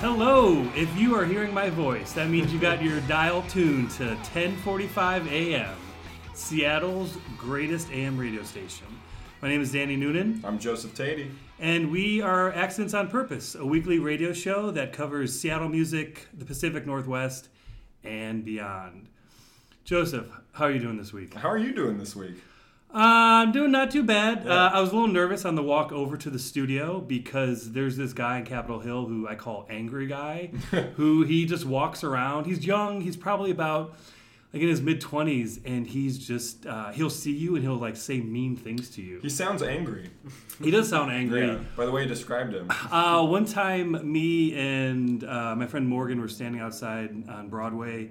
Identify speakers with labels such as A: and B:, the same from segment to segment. A: Hello! If you are hearing my voice, that means you got your dial tuned to 1045 AM, Seattle's greatest AM radio station. My name is Danny Noonan,
B: I'm Joseph Tatey.
A: and we are Accents on Purpose, a weekly radio show that covers Seattle music, the Pacific Northwest, and beyond. Joseph, how are you doing this week?
B: How are you doing this week?
A: Uh, I'm doing not too bad.
B: Yeah.
A: Uh, I was a little nervous on the walk over to the studio because there's this guy in Capitol Hill who I call Angry Guy, who he just walks around. He's young. He's probably about like in his mid 20s, and he's just uh, he'll see you and he'll like say mean things to you.
B: He sounds angry.
A: He does sound angry.
B: By the way you described him.
A: Uh, one time, me and uh, my friend Morgan were standing outside on Broadway.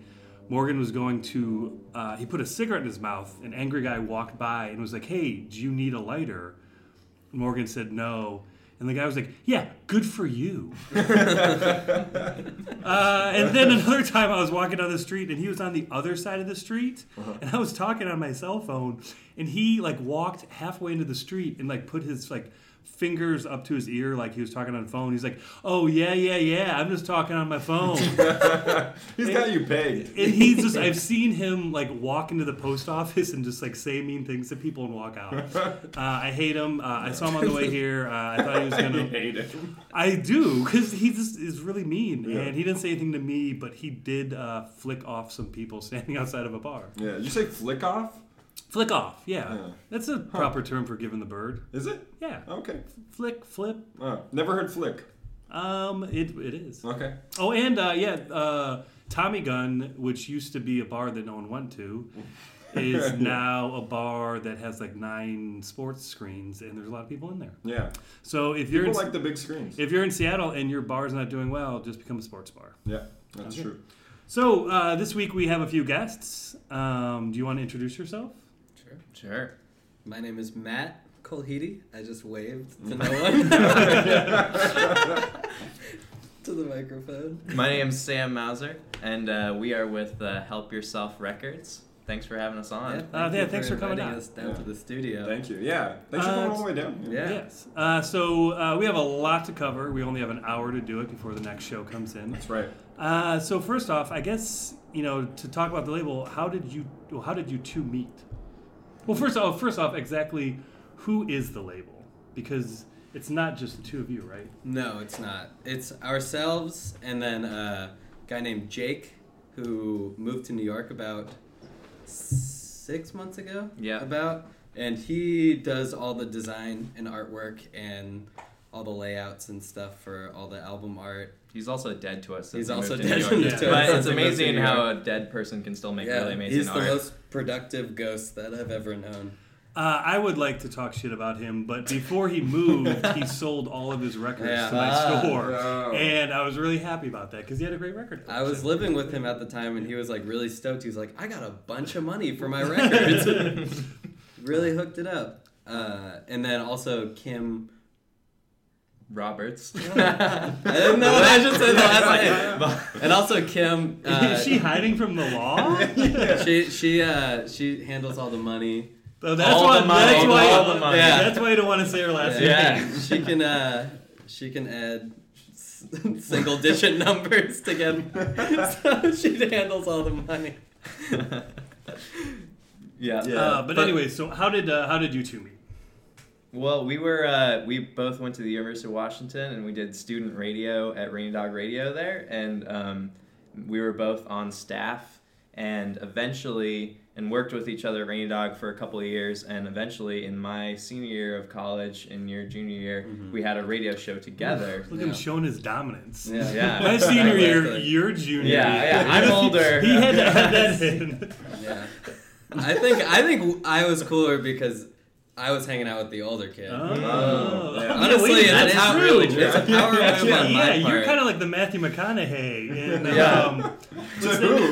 A: Morgan was going to, uh, he put a cigarette in his mouth. An angry guy walked by and was like, Hey, do you need a lighter? Morgan said, No. And the guy was like, Yeah, good for you. uh, and then another time I was walking down the street and he was on the other side of the street and I was talking on my cell phone and he like walked halfway into the street and like put his like fingers up to his ear like he was talking on the phone. He's like, "Oh yeah, yeah, yeah, I'm just talking on my phone."
B: He's got you pegged.
A: and he's just I've seen him like walk into the post office and just like say mean things to people and walk out. Uh, I hate him. Uh, I saw him on the way here. Uh, I thought he was
B: I
A: gonna.
B: hate him.
A: I do, because he just is really mean, and he didn't say anything to me, but he did uh, flick off some people standing outside of a bar.
B: Yeah, you say flick off?
A: Flick off, yeah,
B: Yeah.
A: that's a proper term for giving the bird.
B: Is it?
A: Yeah,
B: Okay.
A: flick, flip.
B: Oh, never heard flick.
A: Um, it it is.
B: Okay.
A: Oh, and uh, yeah, uh, Tommy Gun, which used to be a bar that no one went to, is now a bar that has like nine sports screens, and there's a lot of people in there.
B: Yeah.
A: So if you're
B: People
A: in,
B: like the big screens.
A: if you're in Seattle and your bar's not doing well, just become a sports bar.
B: Yeah, that's true.
A: So uh, this week we have a few guests. Um, do you want to introduce yourself?
C: Sure.
D: Sure.
C: My name is Matt Colhidi. I just waved to no one. to the microphone.
D: My name's Sam Mauser, and uh, we are with uh, Help Yourself Records. Thanks for having us on.
C: thank
A: Uh, yeah,
C: you
A: thanks for coming
C: inviting
A: down.
C: us down
B: Yeah.
C: to the studio.
B: Thank you. Yeah. Thanks for
A: Uh,
B: coming all the way down.
C: Yeah.
A: Yes. Uh, so uh, we have a lot to cover. We only have an hour to do it before the next show comes in.
B: That's right.
A: Uh, so first off, I guess you know to talk about the label. How did you? Well, how did you two meet? Well, first off, first off, exactly who is the label? Because it's not just the two of you, right?
C: No, it's not. It's ourselves and then a guy named Jake who moved to New York about six months ago.
D: Yeah.
C: About. And he does all the design and artwork and all the layouts and stuff for all the album art.
D: He's also dead to us. Since
C: He's
D: he
C: also
D: moved to
C: dead
D: New
C: to
D: York.
A: us
D: But
C: since
D: it's
C: he moved to
D: amazing
C: New
D: how a dead person can still make really amazing
C: he's the
D: art.
C: most productive ghost that I've ever known.
A: Uh, I would like to talk shit about him, but before he moved, he sold all of his records
C: Yeah.
A: to my
C: Ah,
A: store,
B: no.
A: and I was really happy about that because he had a great record.
C: I was living with him at the time, and he was like really stoked. He was like, "I got a bunch of money for my records." really hooked it up. Uh, and then also Kim.
D: Roberts.
C: I didn't know what I just said the last name. And also Kim. Uh,
A: is she hiding from the law?
C: she she uh, she handles all the money.
A: So that's
D: All
A: why.
D: the money,
A: that's why.
D: all the money.
C: Yeah.
A: That's why you don't want to say her last name.
D: Yeah.
C: she can uh, she can add s- single digit numbers together. so she handles all the money.
D: yeah.
B: Yeah.
A: Uh, but, anyway, so how did uh, how did you two meet?
D: Well, we were uh, we both went to the University of Washington and we did student radio at Rainy Dog Radio there, and um, we were both on staff and eventually and worked with each other at Rainy Dog for a couple of years, and eventually in my senior year of college and your junior year, we had a radio show together.
A: Look at him
C: Yeah.
A: showing his dominance.
C: Yeah.
D: Yeah.
A: My senior
C: Exactly.
A: year, your junior.
D: Yeah, yeah,
A: year.
D: I'm
A: He-
D: older.
A: He had to add that in.
C: Yeah. I think I think I was cooler because I was hanging out with the older kid.
A: Oh.
B: Yeah.
A: Yeah,
C: Honestly,
A: wait, that's
C: that's, how
A: true.
C: really true.
A: Yeah.
C: It's a power move
A: Yeah,
C: on my
A: yeah,
C: part.
A: you're kind of like the Matthew McConaughey in
D: Yeah.
A: um,
B: To who?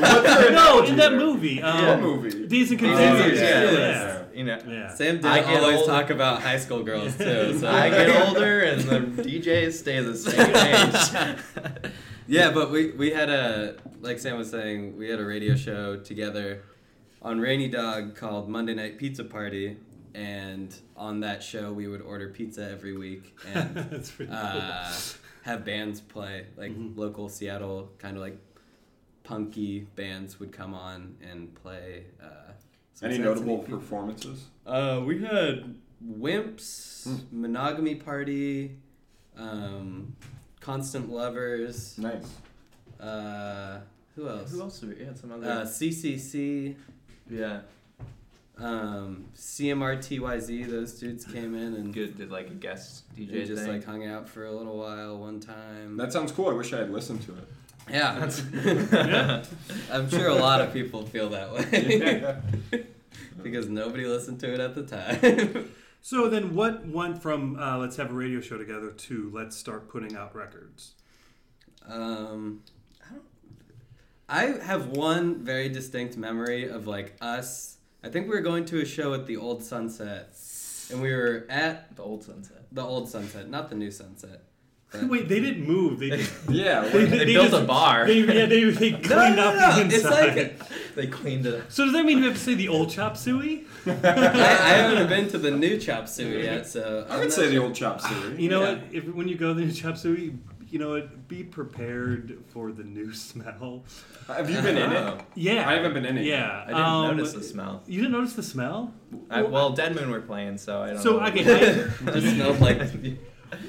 B: What's your
A: no,
B: analogy
A: in that
B: there?
A: movie,
B: What
A: um,
B: movie?
A: Days and
D: Oh,
C: Days and
A: Confused.
C: Confused.
A: yeah.
D: You know.
A: yeah.
C: Oh. Sam did
D: I get
C: always
D: old-
C: talk about high school girls too. So
D: I get older and the DJs stay the same age.
C: Yeah, but we we had a like Sam was saying we had a radio show together on Rainy Dog called Monday Night Pizza Party, and on that show we would order pizza every week and.
A: That's pretty cool.
C: Uh, have bands play like
B: Mm-hmm.
A: Mhm.
C: local Seattle kind of like punky bands would come on and play. Uh, some
B: Any
C: sensitive
B: notable
C: people.
B: performances?
C: Uh, we had Wimps,
B: Hmm.
C: Monogamy Party, um, Constant Lovers.
B: Nice.
C: Uh, who else?
D: Who else? Have we had some other?
C: Uh, CCC,
D: yeah,
C: um, CMRTYZ. Those dudes came in and
D: good. Did like a guest
C: and
D: DJ
C: just
D: thing.
C: like hung out for a little while one time.
B: That sounds cool. I wish I had listened to it.
C: yeah, I'm sure a lot of people feel that way
B: Yeah.
C: because nobody listened to it at the time.
A: So then, what went from uh, let's have a radio show together to let's start putting out records?
C: Um, I don't. I have one very distinct memory of like us. I think we were going to a show at the Old Sunset, and we were at
D: the old sunset.
C: the Old Sunset, not the new Sunset. but-
A: Wait, they didn't move. They just,
B: yeah
A: They-
D: They,
B: what-
A: they
D: built
A: just-
D: a bar.
A: they, yeah, they, they cleaned up the
C: It's
A: inside.
C: like
D: they cleaned it up.
A: so does that mean you have to say the old chop suey?
C: I, I haven't been to the new chop suey yet, so
B: I would say the old chop suey.
A: You know
C: Yeah.
A: what? If when you go to the chop suey, you know what? Be prepared for the new smell.
B: Have you been in it?
A: Yeah,
B: I haven't been in it.
A: Yeah,
D: I didn't
A: um,
D: notice the smell.
A: You didn't notice the smell?
D: I, well, Dead Moon were playing, so I don't.
A: So
D: know.
A: okay,
C: It just smelled like
A: I,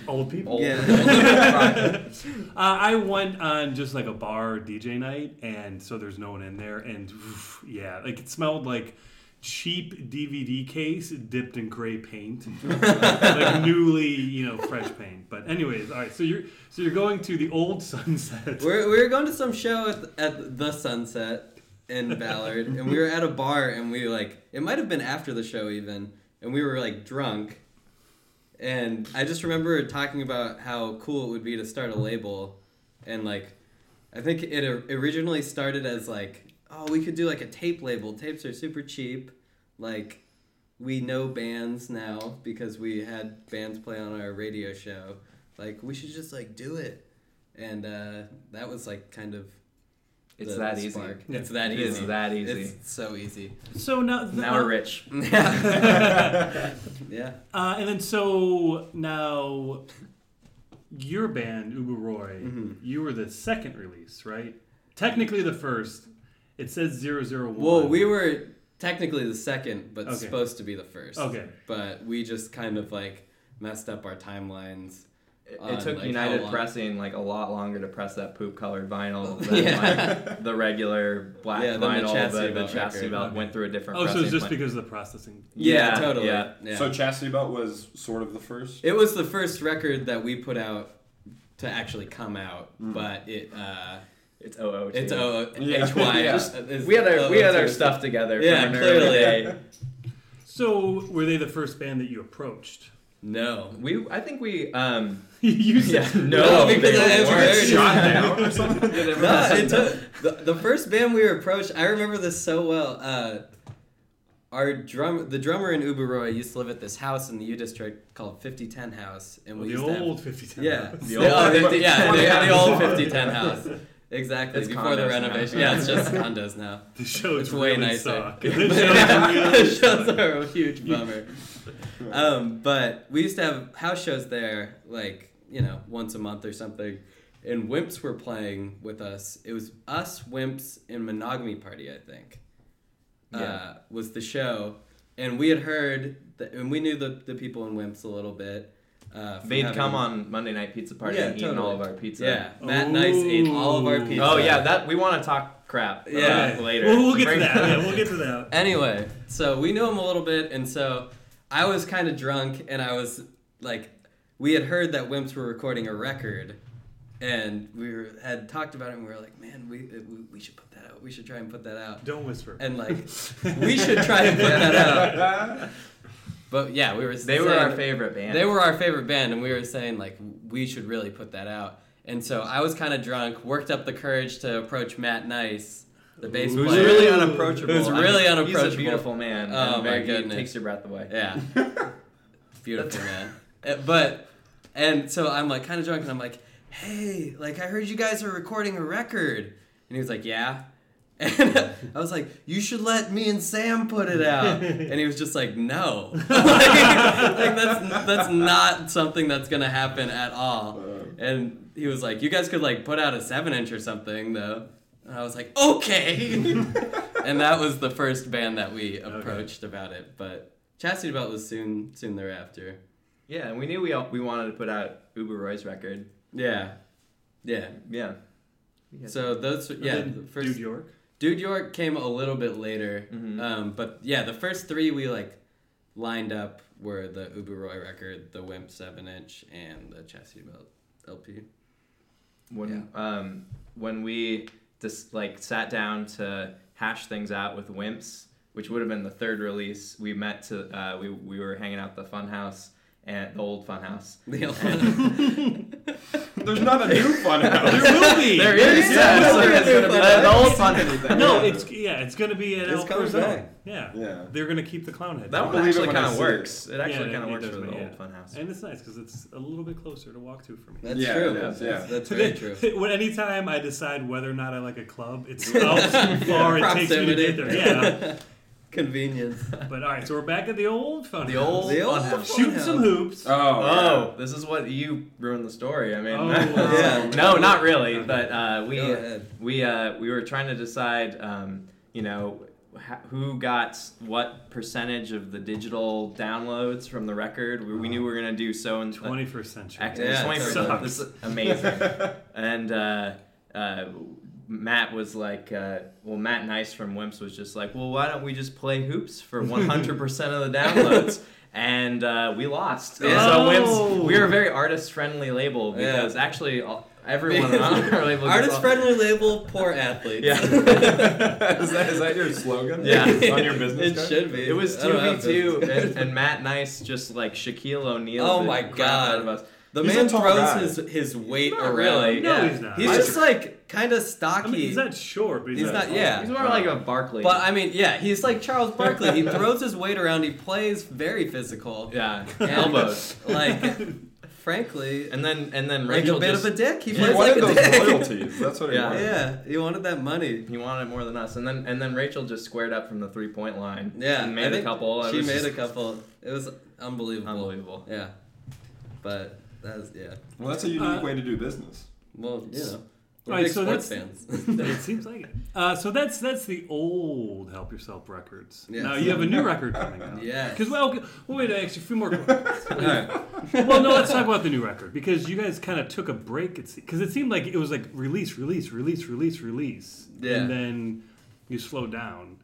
A: old people.
D: Old.
C: yeah.
A: Uh, I went on just like a bar DJ night, and so there's no one in there, and oof, yeah, like it smelled like cheap DVD case dipped in gray paint, like newly you know fresh paint. But anyways, all right, so you're so you're going to the old sunset.
C: we're, we were going to some show at, at the Sunset in Ballard, and we were at a bar, and we like it might have been after the show even, and we were like drunk, and I just remember talking about how cool it would be to start a label, and like, I think it or- originally started as like, oh, we could do like a tape label. Tapes are super cheap, like. We know bands now because we had bands play on our radio show. Like we should just like do it and uh, that was like kind of
D: It's
C: the-
D: that
C: the
D: easy.
C: spark. It's that easy.
D: It's that easy.
C: It's so easy.
A: So now,
D: now we're rich.
C: yeah.
A: Uh, and then so now, your band Ubu Roy, you were the second release, right? Technically the first. It says 001.
C: Well, we were technically the second, but
A: Okay.
C: supposed to be the first.
A: Okay.
C: But we just kind of like messed up our timelines.
D: It,
C: on,
D: it took
C: like, how
D: United
C: long-
D: Pressing like a lot longer to press that poop colored vinyl
C: Oh,
D: than
C: yeah.
D: like the regular black
C: Yeah, than the
D: vinyl.
C: chassis
D: the, the
C: belt
D: chassis
C: record.
D: belt went through a different.
A: Oh, so
D: pressing
A: it's just
D: plant.
A: because of the processing.
D: Yeah,
C: totally.
D: yeah.
B: So Chastity Belt was sort of the first.
C: It was the first record that we put out to actually come out,
D: Mm.
C: but it uh,
D: it's OO.
C: it's
D: too.
C: O
B: Yeah.
C: H Y. uh,
B: Yeah.
C: is
D: We had our we had our
C: O02.
D: stuff together.
C: Yeah,
D: from an early
C: clearly.
D: day.
A: So were they the first band that you approached?
C: No,
D: We I think we um
A: you
D: yeah
A: said
D: no
C: because
D: they
C: I have
D: weren't.
C: clarity.
B: Shot down or something?
D: They never
C: No,
D: listened.
C: it took, the, the first band we were approached, I remember this so well. Uh, our drum, the drummer in Uberoi used to live at this house in the U District called 5010 House. And
A: Oh,
C: we
A: the
C: used to have-
A: old 5010.
C: yeah,
A: house.
C: the
D: old-
C: old, 50, yeah, the, the old
B: Yeah.
C: 5010 House. Exactly,
D: It's
C: before the
D: condos now.
C: renovation. Yeah, it's just condos now.
A: The show
C: It's
A: is
C: way
A: really
C: nicer.
A: suck. The show's really
C: The
A: suck.
C: shows are a huge bummer. Um, but we used to have house shows there, like you know, once a month or something. And Wimps were playing with us. It was us, Wimps, and Monogamy Party. I think uh,
D: Yeah.
C: was the show, and we had heard that, and we knew the, the people in Wimps a little bit. Uh, from
D: They'd
C: having-
D: come on Monday night pizza party
C: Yeah,
D: and eaten
C: totally.
D: all of our pizza.
C: Yeah, Matt Nice ate all of our
A: Ooh.
C: pizza.
D: Oh yeah, that we want to talk crap. about
C: Yeah.
D: that later.
A: Well, we'll get
D: Bring-
A: to that. Yeah, we'll get to that.
C: Anyway, so we knew him a little bit, and so I was kind of drunk, and I was like, we had heard that Wimps were recording a record, and we were, had talked about it, and we were like, man, we, uh, we we should put that out. We should try and put that out.
A: Don't whisper.
C: And like, we should try and put that out. But yeah, we were.
D: They were our
C: saying-
D: favorite band.
C: They were our favorite band, and we were saying like we should really put that out. And so I was kind of drunk, worked up the courage to approach Matt Nice, the bass
A: Who's
D: Who's
C: player.
D: really unapproachable.
C: Who's
D: I mean,
C: really
D: He's
C: unapproachable.
D: a beautiful man.
C: Oh,
D: and
C: my
D: very- he
C: goodness.
D: Takes your breath away.
C: Yeah. Beautiful man. Uh, But and so I'm like kind of drunk and I'm like, "Hey, like I heard you guys are recording a record." And he was like, "Yeah." And I was like, "You should let me and Sam put it out." And he was just like, "No." like, like, that's that's not something that's going to happen at all. and he was like, "You guys could like put out a seven inch or something, though." And I was like, "Okay." and that was the first band that we approached about it, but Chastity Belt was soon soon thereafter.
D: Yeah, and we knew we all, we wanted to put out Uber Roy's record.
C: Yeah, yeah.
D: Yeah.
C: So those yeah
A: And
C: the
A: then
C: first
A: Dude York.
C: Dude York came a little bit later,
D: Mm-hmm.
C: um, but yeah, the first three we like lined up were the Ubu Roy record, the Wimp seven inch, and the Chastity Belt LP.
D: when um, when we just like sat down to hash things out with Wimps, which would have been the third release, we met to uh, we we were hanging out at the Funhouse and the old Funhouse.
C: The LP.
B: There's not a new fun
A: There
B: house.
A: will be.
D: There is
C: Yeah,
D: yeah,
C: that's
D: so
C: what
D: it's
C: it
D: gonna be
C: is.
D: the- the old Funhouse.
A: No, it's yeah, it's gonna be at
C: It's
A: El
C: coming
A: Corazon.
C: back.
A: Yeah.
B: Yeah.
A: they're gonna keep the clown head.
D: That one
B: believe it
D: actually
B: when I
D: kind of
B: see it.
D: works. It, actually
A: Yeah,
D: kind of
A: it
D: works
A: does
D: for the
A: make-
D: old
A: yeah.
D: Funhouse.
A: and it's nice because it's a little bit closer to walk to for me.
C: That's
B: Yeah,
C: true.
B: it is, yeah.
C: That's, that's very true.
A: When anytime I decide whether or not I like a club, it's how far it takes me to
C: Proximity.
A: get there. Yeah.
C: Convenience.
A: But all right, so we're back at the old fun.
D: The
A: house.
D: old,
C: The old
D: Funhouse.
C: Funhouse.
A: shoot some hoops.
B: Oh,
D: Oh, this is what you ruined the story. I mean,
A: Oh, wow.
C: Yeah.
D: no, not really. But uh, we
C: Go ahead.
D: we uh, we were trying to decide, um, you know, ha- who got what percentage of the digital downloads from the record. We, we knew we were gonna do so in
A: Twenty first century.
D: Act-
C: Yeah,
D: twenty
A: sucks.
D: percent. This is amazing. and uh, uh, Matt was like, uh, well, Matt Nice from Wimps was just like, well, why don't we just play hoops for one hundred percent of the downloads? And uh, we lost. And
A: Oh.
D: So Wimps, we were a very artist friendly label
C: Yeah.
D: because actually all, everyone on our label. gets
C: Artist
D: all-
C: friendly label, poor athletes.
D: Yeah.
B: is, that, is that your slogan?
D: Yeah.
B: On your business
C: it
B: card?
C: should be.
D: It was
C: I don't have
D: 2v2,
C: business
D: and, and Matt Nice just like Shaquille O'Neal.
C: Oh
D: the
C: my
D: crap
C: God.
D: Out of us.
C: The
B: He's a
C: man
B: tall
C: throws
B: guy.
C: his his weight
D: Not
C: around.
D: really.
A: No,
D: yeah.
A: he's not.
C: He's
A: I
C: just like kind of stocky.
A: I mean, he's not short, but he's,
C: He's
A: not.
C: not- yeah.
D: He's more like a Barkley.
C: But I mean, yeah, he's like Charles Barkley. He throws his weight around. He plays very physical.
D: yeah,
C: And,
D: elbows.
C: Like, frankly,
D: And then and then
C: like
D: Rachel
C: a bit
D: just,
C: of a dick. He
B: He
C: plays like
B: wanted
C: a
B: those
C: dick.
B: royalties. That's what he
D: Yeah.
B: wanted.
C: Yeah, he wanted that money.
D: He wanted more than us, and then and then Rachel just squared up from the three point line.
C: Yeah,
D: and
C: I
D: made a
C: think
D: couple. It
C: She
D: was
C: made
D: just
C: a couple. It was unbelievable.
D: unbelievable.
C: Yeah, but that's yeah.
B: Well, that's a unique
A: Uh,
B: way to do business.
C: Well, you know, we're
A: Alright,
C: big
A: so
C: sports
A: that's-
C: fans.
A: It seems like it. Uh, so that's that's the old Help Yourself records.
C: Yes.
A: Now you have a new record coming out.
C: Yes.
A: Because well, okay, well, wait, actually, a few more. questions.
C: All right.
A: well, no, let's talk about the new record because you guys kind of took a break. It's because it seemed like it was like release, release, release, release, release,
C: Yeah.
A: and then you slow down.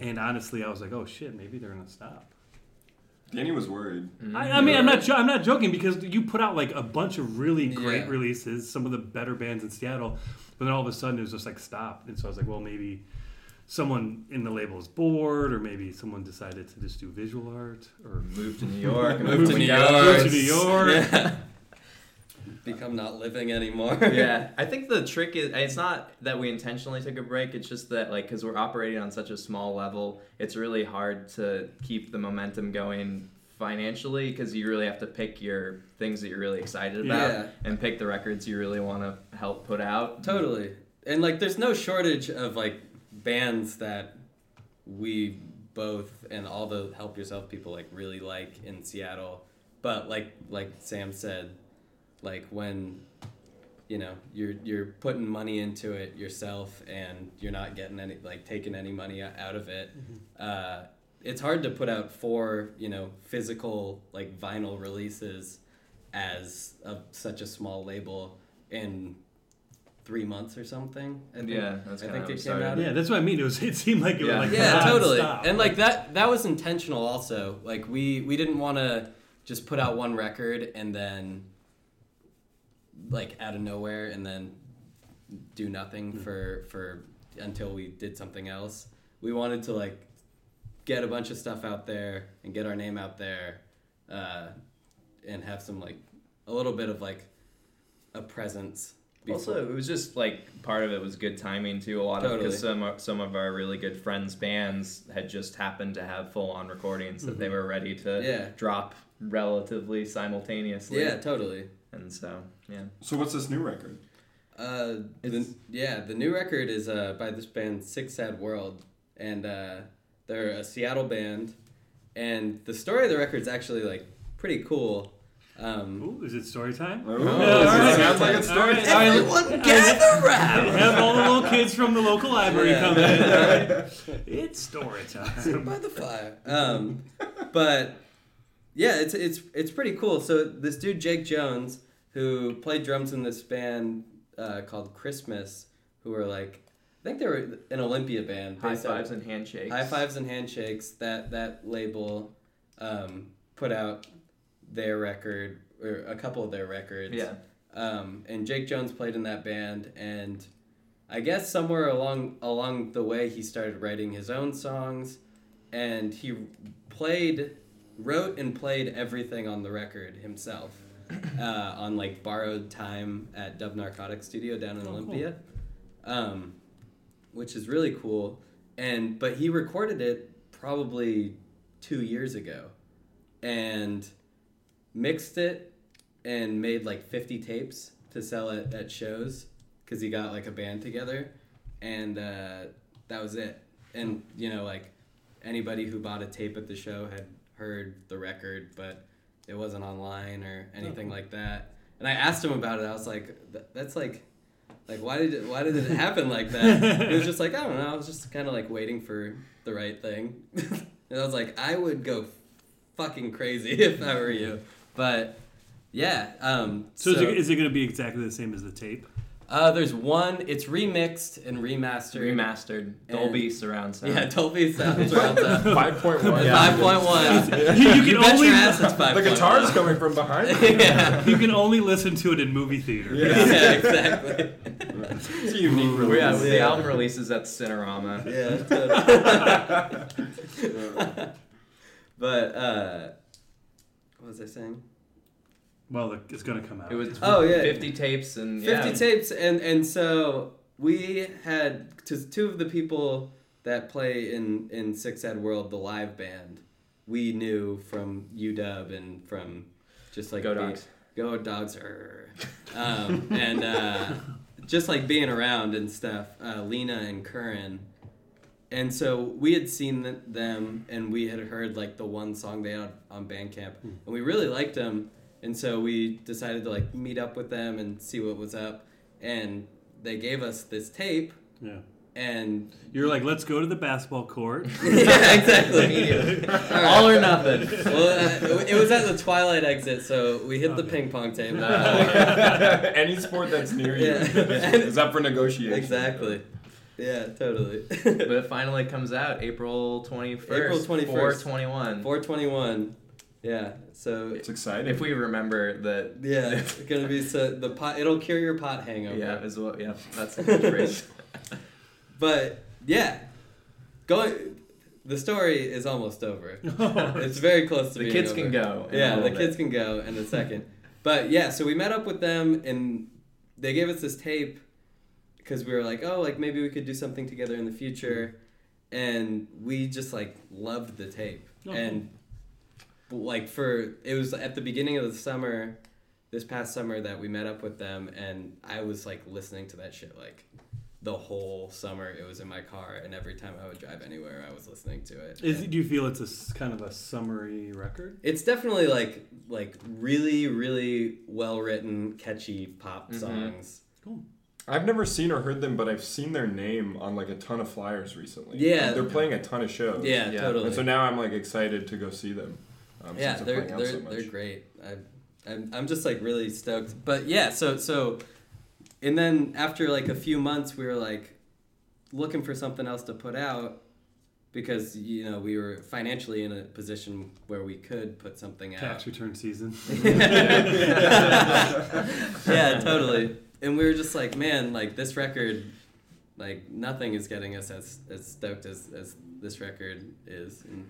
A: And honestly, I was like, oh shit, maybe they're gonna stop.
B: Danny was worried.
A: I, I mean, I'm not jo- I'm not joking because you put out like a bunch of really great
C: Yeah.
A: releases, some of the better bands in Seattle, but then all of a sudden it was just like stop. And so I was like, well, maybe someone in the label is bored, or maybe someone decided to just do visual art, or
D: Moved to New York.
C: Moved to
D: we
C: New
D: got-
C: York.
A: Moved to New York.
C: Yeah. Become not living anymore.
D: Yeah, I think the trick is it's not that we intentionally took a break. It's just that like because we're operating on such a small level, it's really hard to keep the momentum going financially because you really have to pick your things that you're really excited about
C: Yeah.
D: and pick the records you really want to help put out.
C: Totally. And like there's no shortage of like bands that we both and all the help yourself people like really like in Seattle. But like like Sam said, like when you know, you're you're putting money into it yourself and you're not getting any like taking any money o- out of it. Uh it's hard to put out four, you know, physical like vinyl releases as a, such a small label in three months or something. I think.
D: Yeah, that's
C: I
D: kinda
C: think
D: how
C: it
D: we
C: came
D: started.
C: out.
A: yeah, that's what I mean. It was it seemed like it
D: Yeah.
A: was like
C: yeah,
A: "Ah,
C: totally.
A: stop."
C: And like that that was intentional also. Like we we didn't want to just put out one record and then like out of nowhere and then do nothing for for until we did something else. We wanted to like get a bunch of stuff out there and get our name out there uh, and have some like a little bit of like a presence. before-
D: Also, it was just like part of it was good timing too. A lot of
C: Totally.
D: because some of- some of our really good friends' bands had just happened to have full on recordings that they were ready to
C: Mm-hmm. Yeah.
D: drop relatively simultaneously.
C: yeah, totally.
D: and so yeah,
B: So what's this new record?
C: Uh, the,
D: It's-
C: yeah, the new record is uh, by this band Six Sad World, and uh, they're a Seattle band, and the story of the record's actually like pretty cool. Um,
A: Ooh, is it story time?
B: Oh,
A: all right.
B: sounds like it's
A: All
B: story
A: right.
B: time.
A: I-
C: everyone gather
A: I
C: round.
A: have all the little kids from the local library
C: Yeah.
A: come in. all right? It's story
C: Sit
A: time.
C: by the fire. Um, but yeah, it's it's it's pretty cool. So this dude Jake Jones, who played drums in this band uh, called Christmas, who were like, I think they were an Olympia band.
D: High
C: based out of-
D: fives and handshakes.
C: High Fives and Handshakes, that that label um, put out their record or a couple of their records.
D: Yeah.
C: Um, and Jake Jones played in that band and I guess somewhere along along the way he started writing his own songs and he played wrote and played everything on the record himself. Uh, on like borrowed time at Dub Narcotic Studio down
A: Oh,
C: in
A: cool.
C: Olympia, um, which is really cool and but he recorded it probably two years ago and mixed it and made like 50 tapes to sell it at shows because he got like a band together and uh, that was it and you know like anybody who bought a tape at the show had heard the record but it wasn't online or anything like that and i asked him about it i was like "Th- that's like like why did it why did it happen like that it was just like i don't know i was just kind of like waiting for the right thing and i was like i would go fucking crazy if i were you but yeah um
A: So, is it, is it going to be exactly the same as the tape?
C: uh, there's one. It's remixed and remastered.
D: Remastered. Dolby surround sound.
C: Yeah, Dolby sound surround sound.
E: Five point one.
D: Yeah.
C: Five point one.
A: You, you
C: You
A: can
C: bet
A: only
C: your ass it's five.
E: The guitar's coming from behind. me.
C: yeah.
A: you can only listen to it in movie theater.
B: Yeah.
C: yeah, exactly.
B: It's a unique
D: We- yeah,
B: release.
D: the album releases at Cinerama.
C: Yeah. totally. but uh, what was I saying?
A: Well, the, it's going to come out.
D: It was
C: Oh, yeah.
D: 50 tapes and yeah.
C: Fifty tapes, and and so we had because two of the people that play in in Six Ed World, the live band, we knew from UW and from just like
D: Go
C: being-
D: Dogs.
C: go dogs er. um, and uh, just like being around and stuff uh, lena and curran and so we had seen th- them and we had heard like the one song they had on bandcamp and we really liked them and so we decided to like meet up with them and see what was up and they gave us this tape
A: yeah.
C: and
A: You're like, let's go to the basketball court.
C: yeah exactly
D: Immediately.
C: right.
D: All or nothing.
C: well uh, it was at the twilight exit so we hit the ping pong table
B: Any sport that's near you
C: Yeah.
B: is up for negotiation.
C: Exactly. Yeah, totally.
D: but it finally comes out April 21st.
C: April 21st.
D: 421.
C: 421. Yeah. So
B: It's exciting.
D: If we remember that.
C: yeah, it's gonna be so the pot. It'll cure your pot hangover.
D: yeah, as well. Yeah, that's a good phrase.
C: But yeah, going. The story is almost over.
A: No.
C: It's very close to
D: The
C: being
D: kids can
C: over.
D: go. in a
C: Yeah, the
D: little
C: kids
D: bit.
C: can go in a second. But yeah, so we met up with them and they gave us this tape because we were like, oh, like maybe we could do something together in the future. And we just like loved the tape.
A: Oh,
C: And like for it was at the beginning of the summer, this past summer that we met up with them and I was like listening to that shit like the whole summer it was in my car and every time I would drive anywhere I was listening to it.
A: Is, do you feel it's a s- kind of a summary record?
C: It's definitely like like really really well written catchy pop songs.
B: I've never seen or heard them, but I've seen their name on like a ton of flyers recently.
C: Yeah.
B: Like, they're playing a ton of shows.
C: Yeah,
D: Yeah.
C: totally.
B: And so now I'm like excited to go see them. Um,
C: yeah,
B: since
C: they're
B: playing out
C: they're,
B: so much.
C: they're great. I, I'm I'm just like really stoked. But yeah, so so, and then after like a few months, we were like looking for something else to put out because you know we were financially in a position where we could put something out.
A: Tax return season.
C: yeah, totally. And we were just like, man, like this record, like nothing is getting us as as stoked as as this record is. And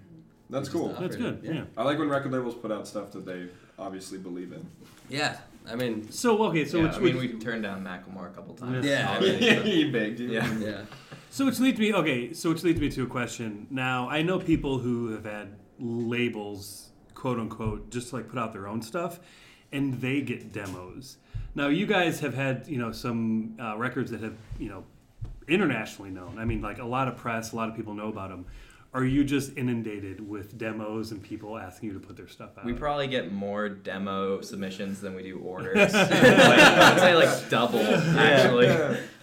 B: That's
C: we just
B: cool.
A: That's good.
C: offered it.
A: Yeah.
B: I like when record labels put out stuff that they obviously believe in.
C: Yeah, I mean,
A: So okay, so
D: yeah,
A: it's
D: I mean, we turned down Macklemore a couple times.
C: Yeah.
D: already, so-
B: he begged you.
D: Yeah.
C: yeah,
A: So which leads me okay, so which leads me to a question. Now I know people who have had labels, quote unquote, just to like put out their own stuff, and they get demos. Now you guys have had you know some uh, records that have you know internationally known. I mean, like a lot of press, a lot of people know about them. are you just inundated with demos and people asking you to put their stuff out?
D: We probably get more demo submissions than we do orders. like, I'd say like double actually.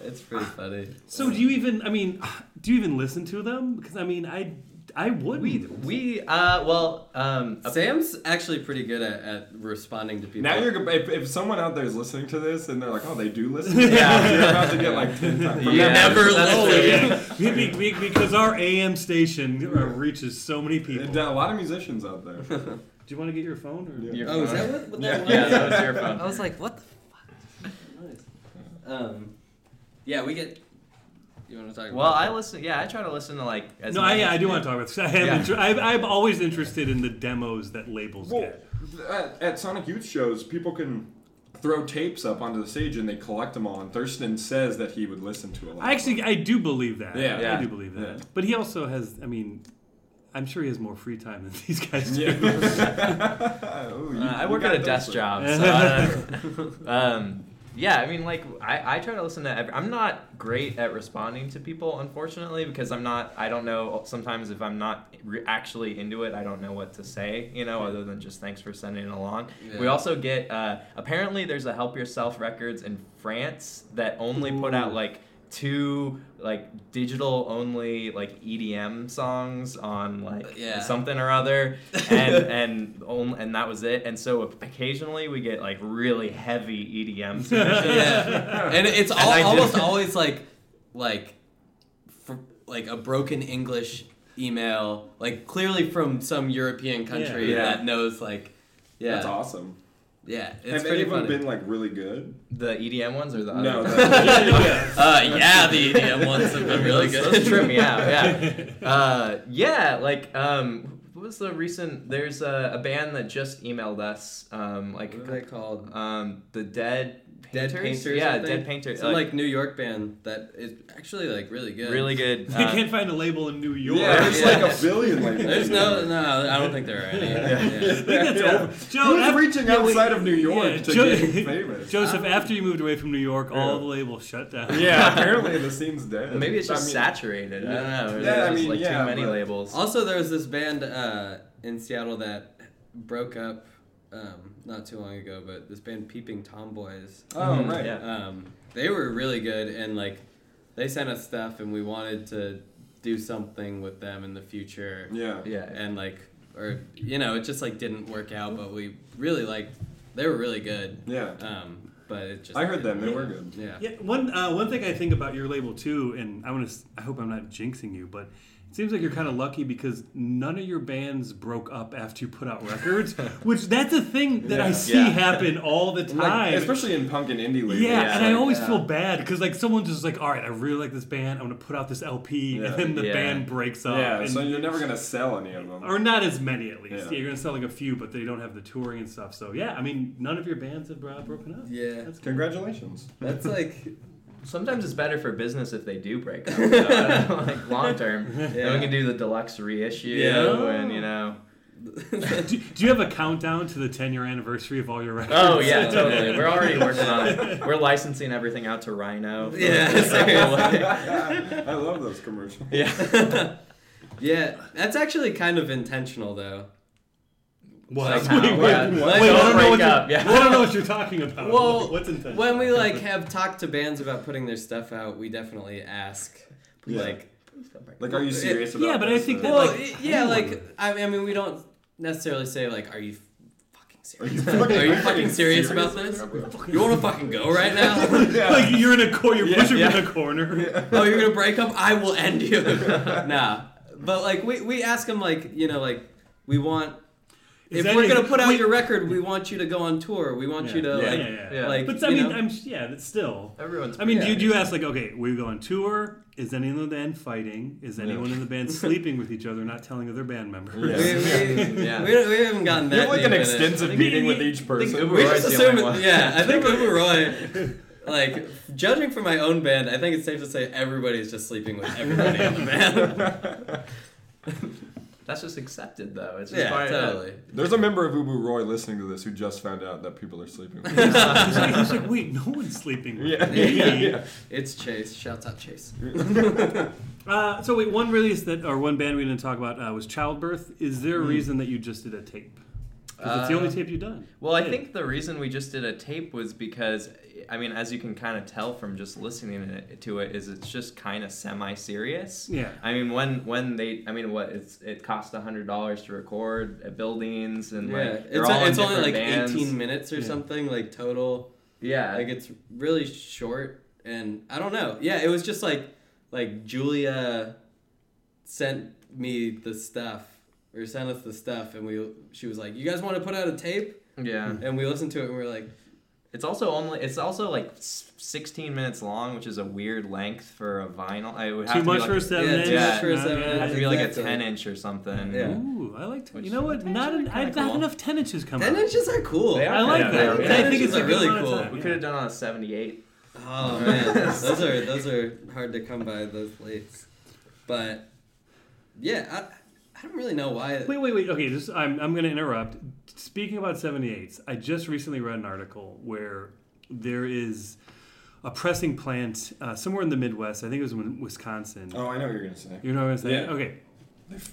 C: It's pretty funny.
A: so do you even? I mean, do you even listen to them? Because I mean, I I wouldn't.
D: We we uh well um a-
C: Sam's actually pretty good at, at responding to people.
B: Now you're if, if someone out there is listening to this and they're like, oh, they do listen. To yeah, you're about to get like ten times.
D: Yeah.
C: never
D: That's
A: Oh,
C: listen.
A: yeah. We- we- we- because our AM station uh, reaches so many people.
B: And,
A: Do
B: uh, a lot of musicians out there.
A: you want to get your phone? Or?
B: Yeah.
D: your
C: Oh, is
D: phone.
C: that what, what that was?
D: yeah, that was your phone.
C: I was like, what the fuck? Um, yeah, we get. You want to talk?
D: Well,
C: about
D: I listen. Yeah, I try to listen to like. As
A: No,
D: much
A: I, yeah,
D: as
A: I do
D: you-
A: want to talk about this. I am
D: Yeah.
A: inter- I, I'm always interested in the demos that labels
B: Well,
A: get.
B: th- at, at Sonic Youth shows, people can throw tapes up onto the stage and they collect them all. And Thurston says that he would listen to a lot.
A: I actually, I do believe that.
B: Yeah.
A: I
D: Yeah.
A: do believe that.
B: Yeah.
A: But he also has, I mean, I'm sure he has more free time than these guys do.
B: Yeah. Ooh, you-
D: Uh, I
B: you
D: work
B: got
D: at a
B: those
D: desk
B: ones.
D: job, so I don't- um, yeah, I mean, like, I, I try to listen to. Every, I'm not great at responding to people, unfortunately, because I'm not. I don't know. Sometimes if I'm not re- actually into it, I don't know what to say. You know, other than just thanks for sending it along. We
C: Yeah.
D: also get. Uh, apparently, there's a Help Yourself Records in France that only put out
A: Ooh.
D: like two like digital only like EDM songs on like
C: Yeah.
D: something or other and and only, and that was it. And so occasionally we get like really heavy EDM submissions.
C: yeah, and it's
D: And
C: al-
D: I did-
C: almost always like, like, fr like a broken English email, like clearly from some European country
D: Yeah. Yeah.
C: that knows like, yeah,
B: That's awesome.
C: yeah, it's
B: Have any
C: pretty
B: of them
C: funny.
B: been like really good?
D: The EDM ones or the other
B: No,
D: ones?
B: the- E
C: uh, yeah, the EDM ones have been really
D: Those-
C: good.
D: Those trip me out. Yeah. Uh, yeah. Like, um, what was the recent? There's a, a band that just emailed us. Um, like,
C: What are they called?
D: um, the Dead
C: Dead
D: Painters.
C: painters.
D: yeah,
C: I think?
D: Dead Painters.
C: Some, like, New York band that is actually like really good.
D: really good.
A: They
D: uh,
A: can't find a label in New York.
B: yeah, there's
C: Yeah.
B: like a billion like
C: There's
B: that.
C: no, no, I don't think there are any. Yeah.
A: I think that's
B: Yeah.
A: over. Joe,
B: Who's
A: af-
B: reaching
A: yeah, wait,
B: outside of New York
A: yeah,
B: to
A: Joe-
B: get famous?
A: Joseph, after you moved away from New York, all
B: Yeah.
A: the labels shut down.
B: yeah, apparently the scene's dead.
D: Maybe it's just
B: I mean,
D: saturated. I don't know. There's
B: Yeah, I
D: just,
B: mean,
D: like
B: yeah,
D: too many
B: but-
D: labels.
C: Also, there was this band uh, in Seattle that broke up um, not too long ago, but this band Peeping Tomboys.
B: Oh right.
D: Mm-hmm. yeah.
C: Um, they were really good, and like they sent us stuff, and we wanted to do something with them in the future.
B: Yeah.
D: yeah.
C: And like, or you know, it just like didn't work out, but we really liked. They were really good.
B: Yeah.
C: Um, but it just
B: I heard them. They
A: Yeah.
B: were good.
C: Yeah.
A: Yeah, one uh, one thing I think about your label too, and I want to. I hope I'm not jinxing you, but it seems like you're kind of lucky because none of your bands broke up after you put out records, which that's a thing that I
B: Yeah.
A: see
D: Yeah.
A: happen all the time.
B: Like, especially in punk and indie labels.
A: yeah,
D: Yeah.
A: and I
B: like-
A: always
C: yeah.
A: feel bad because like someone's just like, all right, I really like this band, I'm gonna put out this LP,
B: Yeah.
A: and then the
D: Yeah.
A: band breaks up.
B: Yeah,
A: and-
B: so you're never gonna sell any of them.
A: or not as many at least. Yeah.
B: Yeah.
A: you're gonna sell like a few, but they don't have the touring and stuff. So yeah, I mean, none of your bands have uh, broken up.
C: Yeah.
A: That's cool.
B: Congratulations.
C: That's like
D: Sometimes it's better for business if they do break up. though. like long term, then
C: Yeah.
D: we can do the deluxe reissue,
C: Yeah.
D: and you know.
A: do, do you have a countdown to the 10 year anniversary of all your records?
D: Oh yeah, totally. We're already working on it. We're licensing everything out to Rhino.
C: Yeah,
B: I love those commercials.
D: yeah.
C: yeah. That's actually kind of intentional though.
A: What?
D: Somehow,
A: Wait, wait,
D: yeah.
A: wait,
C: Like,
A: I
C: don't
A: don't know
D: break
A: what you're-
D: up, yeah.
A: well, I don't know what you're talking about.
C: Well,
A: what's intentional?
C: When we like have talked to bands about putting their stuff out, we definitely ask
B: Yeah.
C: like
B: Like, are you serious about
A: Yeah, but I
B: this?
A: think
B: Uh,
A: that,
C: well,
A: like,
C: y- yeah,
A: anyone
C: like
A: would.
C: I mean, I mean, we don't necessarily say like, "Are you fucking
B: Are you
C: serious?
B: fucking-
C: Are you
B: are you
C: fucking serious
B: serious
C: about this?
B: about
C: You want to fucking go right now?
B: yeah.
A: like you're in a corner, you're
B: Yeah,
A: pushing
D: yeah.
A: in a corner.
C: oh, you're gonna break up? I will end you." nah, but like we we ask them like you know like we want.
A: Is
C: if
A: that
C: we're
A: it?
C: gonna put out
A: Wait.
C: your record, we want you to go on tour. We want you to
A: yeah,
C: like,
A: yeah,
D: yeah.
C: like.
A: But I
C: you
A: mean,
C: know?
A: I'm yeah, that's still.
D: Everyone's.
A: I mean,
C: Yeah.
A: do, you, do you ask like, okay, we go on tour? Is anyone in the band fighting? Is anyone in the band sleeping with each other, not telling other band members?
C: we,
B: Yeah.
C: we,
D: Yeah.
C: we, we haven't gotten that.
B: you have like an
C: deep in it.
B: extensive
A: I think
B: meeting
A: we-
B: with each person.
D: Uber-
C: We
D: Roy's
C: just
D: the
C: assume,
D: only one.
C: yeah. I think Uber Roy, like judging from my own band, I think it's safe to say everybody's just sleeping with everybody in the band.
D: That's just accepted though. It's just uh,
C: Yeah,
D: part of-
C: totally.
B: There's a member of Ubu Roy listening to this who just found out that people are sleeping. With
A: He's like, he's like, wait, no one's sleeping with
B: yeah,
A: me.
B: yeah, yeah.
C: It's Chase. Shouts out Chase.
A: Uh, so wait, one release that or one band we didn't talk about uh, was Childbirth. Is there a reason that you just did a tape? Because it's the only
D: Hmm. Uh,
A: tape you've done.
D: Well, I
A: Yeah.
D: think the reason we just did a tape was because, I mean, as you can kind of tell from just listening to it- to it, is it's just kind of semi-serious.
A: Yeah.
D: I mean, when when they, I mean, what it's it cost a hundred dollars to record at buildings and
C: Yeah,
D: like they're
C: it's,
D: all in
C: it's only
D: different
C: like
D: bands.
C: 18 minutes or
A: Yeah.
C: something, like total.
D: Yeah,
C: Like it's really short, and I don't know. Yeah, it was just like like Julia sent me the stuff or sent us the stuff, and we she was like, "You guys want to put out a tape?"
D: yeah.
C: And we listened to it, and we were like,
D: It's also only it's also like s- sixteen minutes long, which is a weird length for a vinyl. It would have
A: Too
D: to
A: much
D: be like,
A: for a seven
C: Yeah,
A: inch.
D: too much
C: for a seven
D: It has to be like a
C: Exactly.
D: ten inch or something.
C: Yeah.
A: Ooh, I like.
D: Which-
A: you know what? Not
D: actually
A: en-
D: kinda
A: I've not
D: cool.
A: enough ten inches come
C: "Ten
A: out.
C: inches are cool."
D: They
A: I
D: are
A: like
D: Yeah,
A: that.
D: they're-
A: Yeah, I
D: yeah.
A: think it's
C: Those
A: a
C: are
A: good
C: really
A: amount of
C: cool.
A: time,
D: We
A: yeah.
D: could have done on a seventy-eight.
C: Oh man, those are those are hard to come by those plates, but yeah, I, I don't really know why.
A: Wait, wait, wait. Okay, just I'm I'm going to interrupt. Speaking about 78s, I just recently read an article where there is a pressing plant uh, somewhere in the Midwest. I think it was in Wisconsin.
B: Oh, I know what you're gonna say.
A: You know what I'm saying?
B: Yeah.
A: Okay.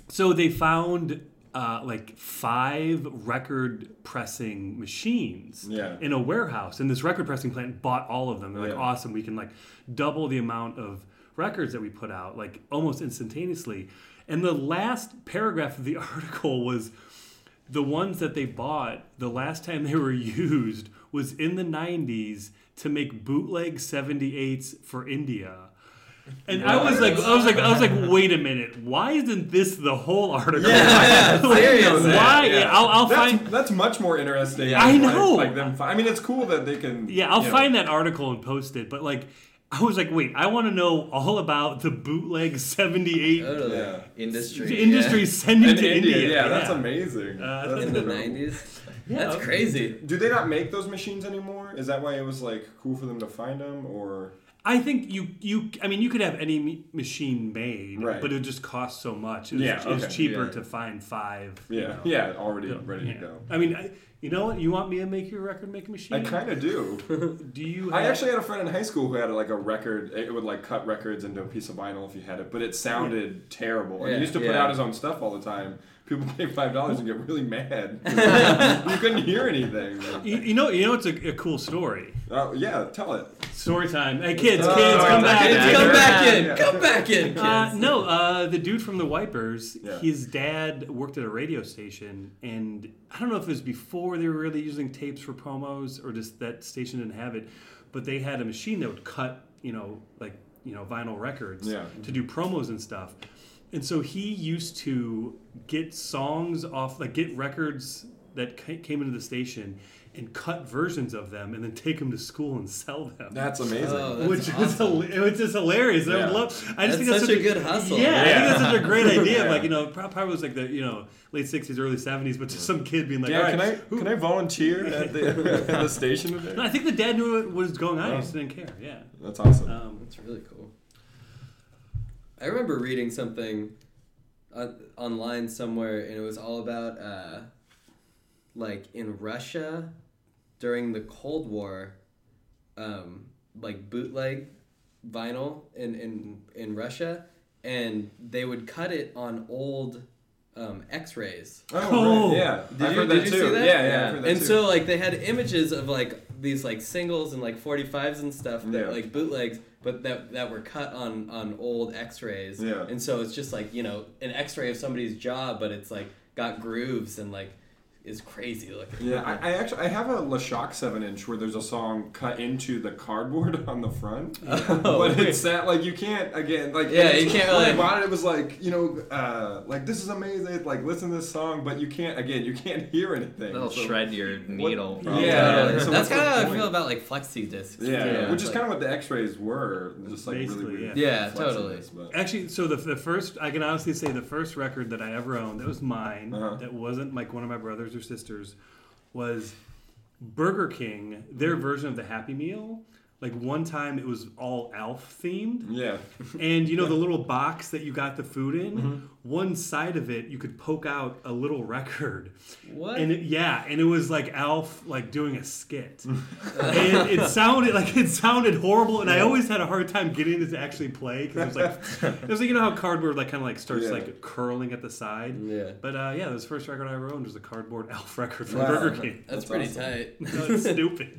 A: So they found uh, like five record pressing machines
B: Yeah.
A: in a warehouse, and this record pressing plant bought all of them. They're like,
B: Yeah.
A: awesome, we can like double the amount of records that we put out, like almost instantaneously. And the last paragraph of the article was the ones that they bought the last time they were used was in the 90s to make bootleg 78s for India. And I was like, I was like, I was like, wait a minute, why isn't this the whole article?
C: Yeah,
A: Like,
C: seriously.
A: Why?
B: Yeah.
A: I'll, I'll
B: that's,
A: find.
B: that's much more interesting.
A: I
B: than,
A: know.
B: Like, like them. Fi- I mean, it's cool that they can.
A: Yeah, I'll
B: you know,
A: find that article and post it. But like, I was like, wait, I want to know all about the bootleg '78
C: Totally.
B: Yeah.
D: Industry.
A: the industry sending
B: In
A: to
B: India,
A: India.
B: yeah, that's amazing.
A: Uh,
B: That's
C: in the
B: incredible.
C: nineties.
A: Yeah,
C: That's
A: okay.
C: crazy.
B: Do they not make those machines anymore? Is that why it was like cool for them to find them, or
A: I think you you I mean you could have any m- machine made,
B: Right.
A: but it would just cost so much. It was,
B: Yeah,
A: it was
B: okay.
A: cheaper
D: Yeah.
A: to find five. you
B: yeah,
A: know.
B: yeah, already ready
A: Yeah.
B: to go?
A: I mean, I, you know what? You want me to make your record making machine?
B: I kind of do.
A: Do you?
B: I
A: have-
B: actually had a friend in high school who had like a record. It would like cut records into a piece of vinyl if you had it, but it sounded terrible. And
C: Yeah,
B: he used to put
D: yeah.
B: out his own stuff all the time. People pay five dollars and get really mad. you couldn't hear anything.
A: You, you know, you know, it's a, a cool story.
B: Oh yeah, tell it.
A: Story time. Hey, kids,
B: Oh,
A: kids,
B: story
A: come
B: time.
A: back.
C: Kids,
D: Yeah,
C: come
D: you're
C: back in.
B: right.
C: Come back in, kids.
A: Uh, no, uh, the dude from the Wipers,
B: Yeah.
A: his dad worked at a radio station, and I don't know if it was before they were really using tapes for promos or just that station didn't have it, but they had a machine that would cut, you know, like you know vinyl records
B: Yeah.
A: to do promos and stuff. And so he used to get songs off, like get records that ca- came into the station and cut versions of them and then take them to school and sell them
B: That's amazing.
C: Oh, that's
A: which
C: awesome.
A: is hila- it was just hilarious. I
B: Yeah.
A: love. I just
C: That's
A: think that's
C: such a good hustle.
A: Yeah, I think that's
B: Yeah.
A: such a great idea.
B: Yeah.
A: Like you know, prob- probably was like the you know late sixties, early seventies, but just some kid being like,
B: yeah,
A: "All right,
B: can I
A: who-"
B: can I volunteer at the, at the station
A: No,
B: today?
A: I think the dad knew what was going on. He
B: Oh.
A: just didn't care. Yeah.
B: That's awesome.
A: Um,
C: That's really cool. I remember reading something on, online somewhere, and it was all about uh, like in Russia during the Cold War, um, like bootleg vinyl in, in in Russia, and they would cut it on old um, X-rays.
B: Oh,
A: Oh.
B: right, yeah.
C: Did
B: I've
C: you-
B: heard
C: did
B: that
C: you
B: too.
C: see
B: Yeah,
C: that?
B: yeah.
D: Yeah.
B: I've heard that
C: and
B: too.
C: so like they had images of like these like singles and like 45s and stuff that
B: Yeah.
C: like bootlegs but that that were cut on on old x-rays
B: Yeah.
C: and so it's just like you know an x-ray of somebody's jaw but it's like got grooves and like is crazy looking
B: yeah, I, I actually I have a LeShock seven inch where there's a song cut into the cardboard on the front, but it's that like you can't again like
C: Oh, Yeah, you can't
B: when I
C: really-
B: bought it. It was like you know uh, like this is amazing like listen to this song, but you can't again you can't hear anything.
D: That'll
B: so-
D: shred your needle. probably.
B: Yeah.
C: Totally.
B: so what's
C: Oh, that's
B: the
C: kind of how I
B: point?
C: feel about like flexi discs.
B: Yeah,
D: Yeah.
B: which is
C: Like-
B: kind of what the X-rays were, just like
A: Basically,
B: really weird.
C: yeah. Yeah,
B: flexiness, but-
A: actually, so the, the first I can honestly say the first record that I ever owned that was mine
B: Uh-huh.
A: that wasn't like one of my brothers or sisters was Burger King their version of the Happy Meal Like one time, it was all Alf themed,
B: Yeah. Mm-hmm.
A: and you know the little box that you got the food in. One side of it, you could poke out a little record,
C: What?
A: and it, yeah, and it was like Alf like doing a skit, and it sounded like it sounded horrible. And I always had a hard time getting it to actually play because it was like it was like you know how cardboard like kind of like starts
B: Yeah.
A: like curling at the side.
C: yeah.
A: But uh, yeah, this first record I ever owned was a cardboard Elf record from
B: Wow.
A: Burger King.
B: That's
C: That's, pretty
B: awesome.
C: tight.
A: That's stupid.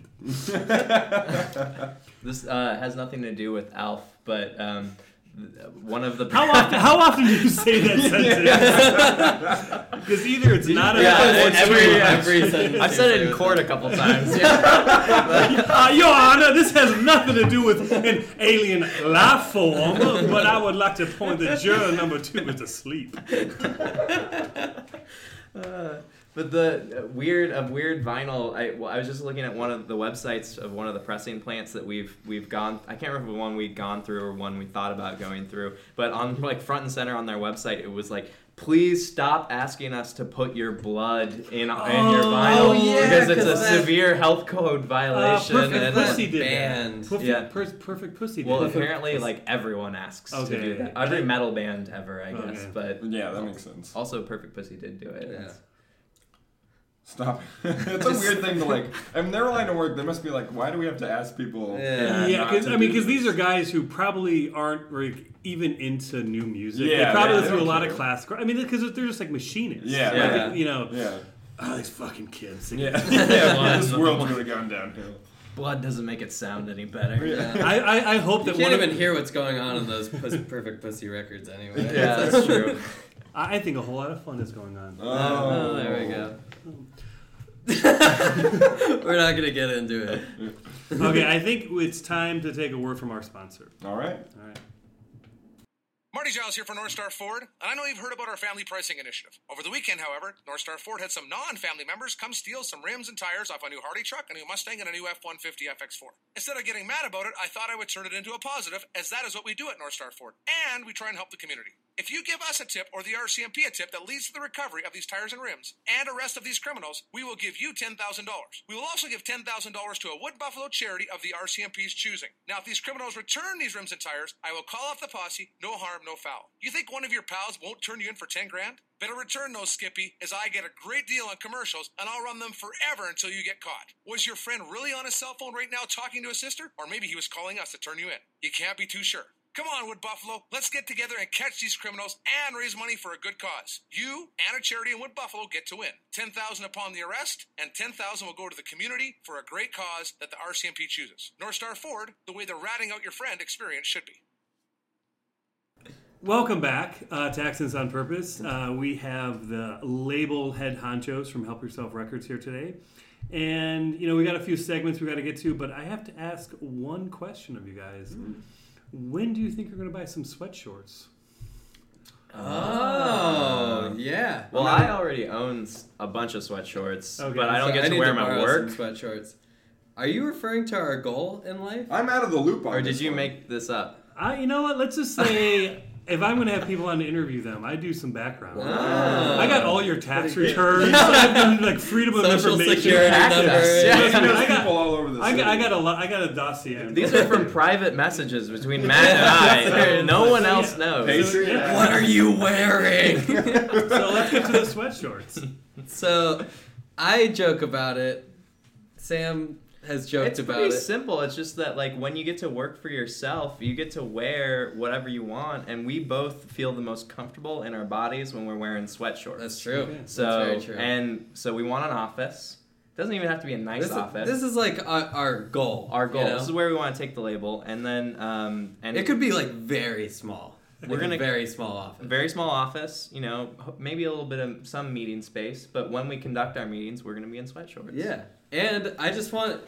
D: This uh, has nothing to do with Alf, but um, th- one of the
A: How often? How often do you say that sentence? Because either it's not a
D: Yeah,
A: or it's
D: every-
A: too much.
D: every
C: sentence
D: I've
C: you
D: said
C: say
D: it in
C: with
D: court a couple times. Yeah.
A: Uh, Your Honor, this has nothing to do with an alien life form, but I would like to point the juror number two is asleep.
D: Uh, but the uh, weird of weird vinyl. I, well, I was just looking at one of the websites of one of the pressing plants that we've we've gone. I can't remember one we'd gone through or one we thought about going through. But on like front and center on their website, it was like. Please stop asking us to put your blood in, in your
A: Oh,
D: vinyl
C: yeah,
D: because it's a
C: 'cause that-
D: severe health code
A: Uh,
D: violation.
A: perfect
D: and-
A: pussy did
C: band.
A: that. Perfect,
D: Yeah.
A: per- perfect pussy did
D: Well,
A: that.
D: apparently, like everyone asks
A: Okay.
D: to do that. Every metal band ever, I guess.
A: Okay.
D: But
B: yeah, that makes sense.
D: also, Perfect Pussy did do it.
C: Yeah.
B: Stop. it's a weird thing to like. I mean, they're relying on work. They must be like, why do we have to ask people?
C: Yeah.
A: Yeah,
B: not
A: 'cause-
B: to
A: I mean,
B: do
A: because these
B: this?
A: are guys who probably aren't like, even into new music. they
B: Yeah,
A: probably
B: yeah,
A: listen
B: they
A: to a
B: don't
A: lot of
B: care.
A: classical. I mean, because they're just like machinists.
B: Yeah,
A: Like,
D: yeah.
A: You know,
B: Yeah.
A: oh, these fucking kids. singing.
B: Yeah. yeah. This
D: One.
B: world's really gone downhill.
D: Blood doesn't make it sound any better.
C: Yeah.
A: I, I, I hope
C: You
A: that
C: can't
A: one.
C: even
A: of,
C: hear what's going on in those pus- perfect pussy records anyway.
D: Yeah, that's true.
A: I I think a whole lot of fun is going on.
B: Oh,
C: Oh, there we go. We're not gonna get into it.
D: Mm.
A: okay, I think it's time to take a word from our sponsor.
B: All right.
A: All right.
F: Marty Giles here for North Star Ford, and I know you've heard about our family pricing initiative. Over the weekend, however, North Star Ford had some non-family members come steal some rims and tires off a new Harley truck, a new Mustang, and a new F-150 FX4. Instead of getting mad about it, I thought I would turn it into a positive, as that is what we do at North Star Ford, and we try and help the community. If you give us a tip or the RCMP a tip that leads to the recovery of these tires and rims and arrest of these criminals, we will give you $10,000. We will also give $10,000 to a Wood Buffalo charity of the RCMP's choosing. Now, if these criminals return these rims and tires, I will call off the posse, no harm, no foul. You think one of your pals won't turn you in for 10 grand? Better return those, Skippy, as I get a great deal on commercials and I'll run them forever until you get caught. Was your friend really on his cell phone right now talking to his sister? Or maybe he was calling us to turn you in. You can't be too sure. Come on, Wood Buffalo. Let's get together and catch these criminals and raise money for a good cause. You and a charity in Wood Buffalo get to win. 10,000 upon the arrest and 10,000 will go to the community for a great cause that the RCMP chooses. North Star Ford, the way the ratting out your friend experience should be.
A: Welcome back uh, to Accents on Purpose. Uh, we have the label head honchos from Help Yourself Records here today. And, you know, we got a few segments we got to get to, but I have to ask one question of you guys.
C: Hmm.
A: When do you think you're going to buy some sweatshorts?
C: Oh yeah.
D: Well, I already own s- a bunch of sweatshorts,
A: Okay.
D: but I don't
C: So
D: get to
C: need
D: wear
C: borrow
D: my work.
C: Some sweatshorts. Are you referring to our goal in life?
B: I'm out of the loop on
D: Or did
B: this
D: you
B: one.
D: make this up?
A: I, you know what? Let's just say if I'm going to have people on to interview them, I do some background. I got all your tax returns. I've done like freedom of
C: Social
A: information.
C: security
D: Hacked
C: number.
D: us.
C: yeah.
B: There's
A: I got-
B: people all over the
A: I got, I
B: city.
A: got a lot. I got a dossier.
D: These are from private messages between Matt and I.
A: Yeah.
D: no one
A: So,
D: else
A: yeah.
D: knows.
B: Patriot.
A: Yeah.
C: What are you wearing?
A: so let's get to the sweatshorts.
C: so, I joke about it. Sam has joked
D: It's
C: about
D: pretty
C: it.
D: simple. It's just that like when you get to work for yourself, you get to wear whatever you want, and we both feel the most comfortable in our bodies when we're wearing sweatshorts.
C: That's true.
D: so
C: That's very true.
D: and so we want an office. Doesn't even have to be a nice
C: this,
D: office.
C: this is like our, our goal.
D: our goal.
C: you know?
D: This is where we want to take the label, and then um, and
C: it could be like very small.
D: We're
C: Like,
D: gonna-
C: very small office.
D: very small office. You know, ho- maybe a little bit of some meeting space, but when we conduct our meetings, we're gonna be in sweatshorts.
C: Yeah. And I just want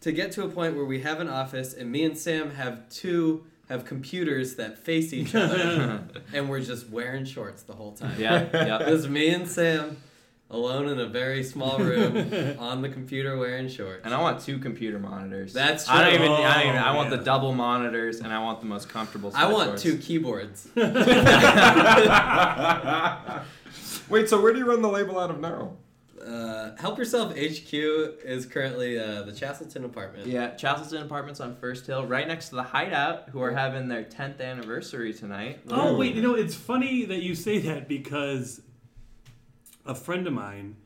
C: to get to a point where we have an office and me and Sam have two have computers that face each other and we're just wearing shorts the whole time.
D: yeah, yeah.
C: It's me and Sam alone in a very small room on the computer wearing shorts.
D: And I want two computer monitors.
C: That's
D: I don't
C: true.
D: even. I, don't even, I
A: Oh,
D: want
A: yeah.
D: the double monitors, and I want the most comfortable.
C: I want
D: sweatshorts.
C: two keyboards.
B: Wait, so where do you run the label out of now?
C: Uh, Help Yourself HQ is currently uh, the Chastleton apartment.
D: Yeah, Chastleton Apartments on First Hill, right next to the Hideout, who are having their 10th anniversary tonight.
A: Oh wait, you know it's funny that you say that because a friend of mine.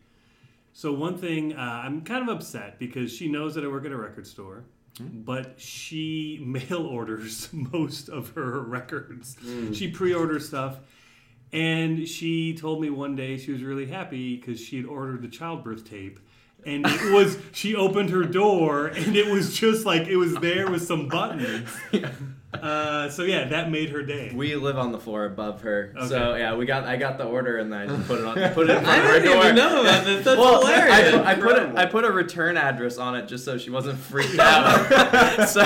A: So one thing uh, I'm kind of upset because she knows that I work at a record store, but she mail orders most of her records. She pre-orders stuff, and she told me one day she was really happy because she had ordered the childbirth tape. And it was, she opened her door and it was just like, it was there with some buttons. Uh, so yeah, that made her day.
D: We live on the floor above her, so
A: Okay.
D: yeah, we got I got the order and then I just put it on put it in
C: I
D: front of her
C: didn't
D: door.
C: even know about this. That's
D: Well, I,
C: hilarious.
D: put- I put a, I put a return address on it just so she wasn't freaked out. so,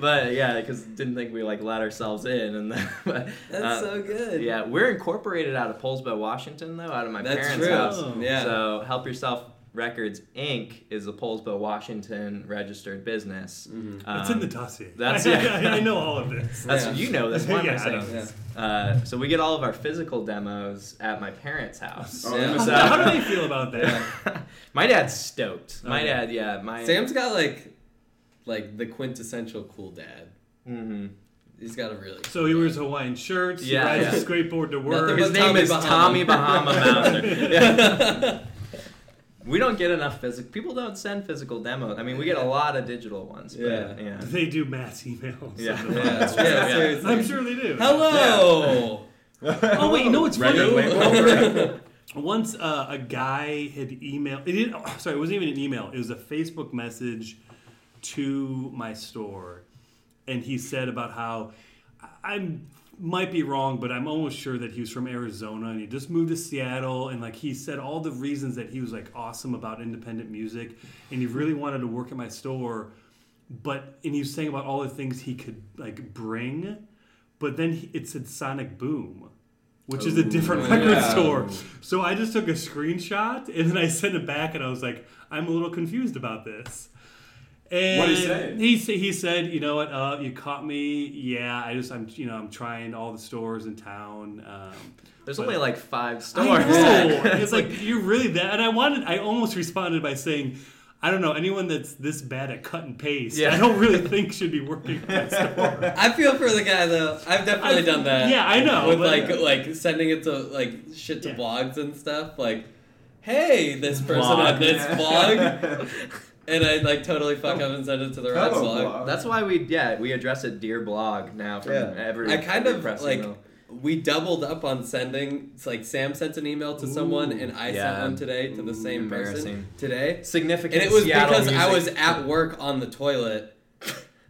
D: but yeah, because didn't think we like let ourselves in, and then, but,
C: That's
D: uh,
C: so good.
D: Yeah, we're incorporated out of Polesboro, Washington, though, out of my
C: That's
D: parents'
C: true.
D: house.
C: Yeah.
D: So Help Yourself Records Inc. is a Polesboro, Washington registered business.
C: Mm-hmm.
A: It's in the dossier.
D: Um, that's-
A: I,
D: yeah.
A: I know all of this.
D: That's
C: Yeah.
D: you know. That's why
A: Yeah,
D: I'm
A: I
D: saying.
A: know.
D: this. Uh, so we get all of our physical demos at my parents' house.
B: Oh,
C: Yeah.
B: I missed
D: So-
A: How do they feel about that?
D: my dad's stoked. My
A: Okay.
D: dad, yeah, my
C: Sam's got like, like the quintessential cool dad.
D: hmm
C: He's got a really.
A: So he wears Hawaiian shirts.
D: Yeah,
A: he rides
D: yeah.
A: a skateboard to
C: Nothing
A: work.
D: His
C: but
D: name
C: Tommy
D: is
C: Bahama.
D: Tommy Bahama Mountain. Yeah. We don't get enough physical. People don't send physical demos. I mean, we get a lot of digital ones. But,
C: Yeah.
D: yeah.
A: They do mass emails.
D: Yeah.
C: Yeah, yeah,
D: Yeah.
C: seriously.
A: I'm sure they do.
D: uh,
C: Hello.
A: Oh wait, no, it's
B: Regular
A: funny.
B: label.
A: Once uh, a guy had emailed. It didn't, oh, sorry, it wasn't even an email. It was a Facebook message to my store, and he said about how I- I'm might be wrong, but I'm almost sure that he was from Arizona and he just moved to Seattle. And like he said all the reasons that he was like awesome about independent music, and he really wanted to work at my store. But and he was saying about all the things he could like bring, but then he, it said Sonic Boom. Which is a different record
B: Oh, yeah.
A: store. So I just took a screenshot and then I sent it back and I was like, I'm a little confused about this. And
B: What'd he say?
A: He, sa- he said, you know what, uh, you caught me. Yeah, I just, I'm, you know, I'm trying all the stores in town. Um,
D: There's only like five
A: I
D: stores.
A: know. it's like, you're really that. And I wanted, I almost responded by saying, I don't know, anyone that's this bad at cut and paste,
D: Yeah.
A: I don't really think should be working at that store.
C: I feel for the guy though. I've definitely
A: I've-
C: done that.
A: yeah, I know,
C: With
A: but-
C: like like sending it to like shit to
A: Yeah.
C: blogs and stuff. Like, hey, this person
A: Blog.
C: on this blog, and I like totally fuck up and send it to the right
E: Hello,
C: blog.
E: blog.
D: That's why we yeah we address it dear blog now from
C: Yeah.
D: every.
C: I kind
D: every
C: of
D: press
C: like
D: email.
C: we doubled up on sending. It's like Sam sent an email to someone, and I sent
D: yeah.
C: one today to the same person
D: Embarrassing.
C: today.
D: significant.
C: And it was
D: Seattle
C: because I
D: music.
C: was at work on the toilet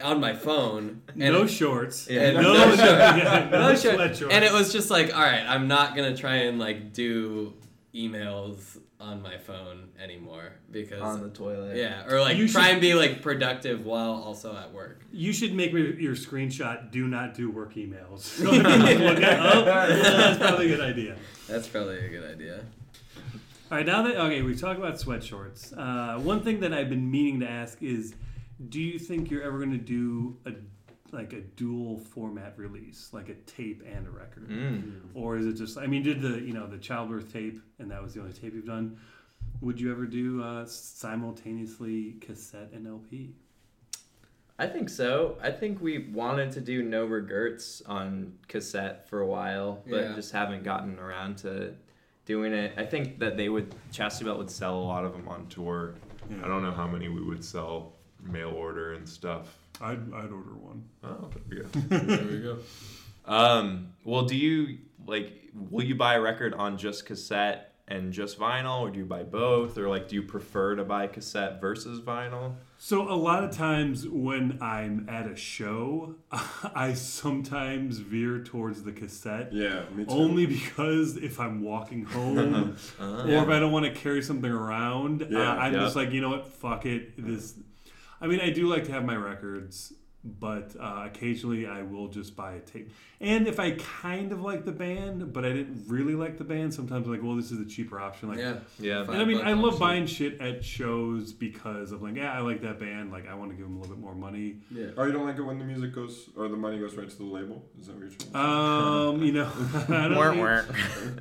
C: on my phone. And
A: no shorts.
D: Yeah.
A: No,
C: No
A: no,
C: shirt.
A: yeah, no
C: No shirt.
A: sweat shorts.
C: And it was just like, all right, I'm not gonna try and like do emails on my phone anymore because
D: on the toilet.
C: yeah, or like
A: You
C: try
A: should-
C: and be like productive while also at work.
A: You should make me your screenshot. Do not do work emails. So if you look it up, that's probably a good idea.
C: That's probably a good idea.
A: All right, now that okay, we talked about sweat shorts. Uh, one thing that I've been meaning to ask is, do you think you're ever going to do a like a dual format release, like a tape and a record, or is it just? I mean, did the you know the childbirth tape, and that was the only tape you've done. Would you ever do uh, simultaneously cassette and LP?
D: I think so. I think we wanted to do no regrets on cassette for a while, but
C: Yeah.
D: just haven't gotten around to doing it. I think that they would
E: Chastity Belt would sell a lot of them on tour. I don't know how many we would sell mail order and stuff.
A: I'd, I'd order one.
E: Oh, there we go.
B: There we go.
E: Um, well, do you like? Will you buy a record on just cassette and just vinyl, or do you buy both, or like, do you prefer to buy cassette versus vinyl?
A: So a lot of times when I'm at a show, I sometimes veer towards the cassette.
B: Yeah, me too.
A: Only because if I'm walking
C: Uh-huh.
A: home or if I don't want to carry something around, uh,
B: Yeah,
A: I'm
E: yeah.
A: just like, you know what, fuck it. This, I mean, I do like to have my records, but uh, occasionally I will just buy a tape. And if I kind of like the band, but I didn't really like the band, sometimes I'm like, well, this is the cheaper option. Like,
C: Yeah.
E: Yeah.
A: and I mean,
C: Five
A: I
C: bucks
A: love
C: option.
A: buying shit at shows because of like, yeah, I like that band. Like, I want to give them a little bit more money.
C: Yeah.
B: Oh, you don't like it when the music goes or the money goes right to the label? Is that what you're trying? to
A: Um, you know, I don't think-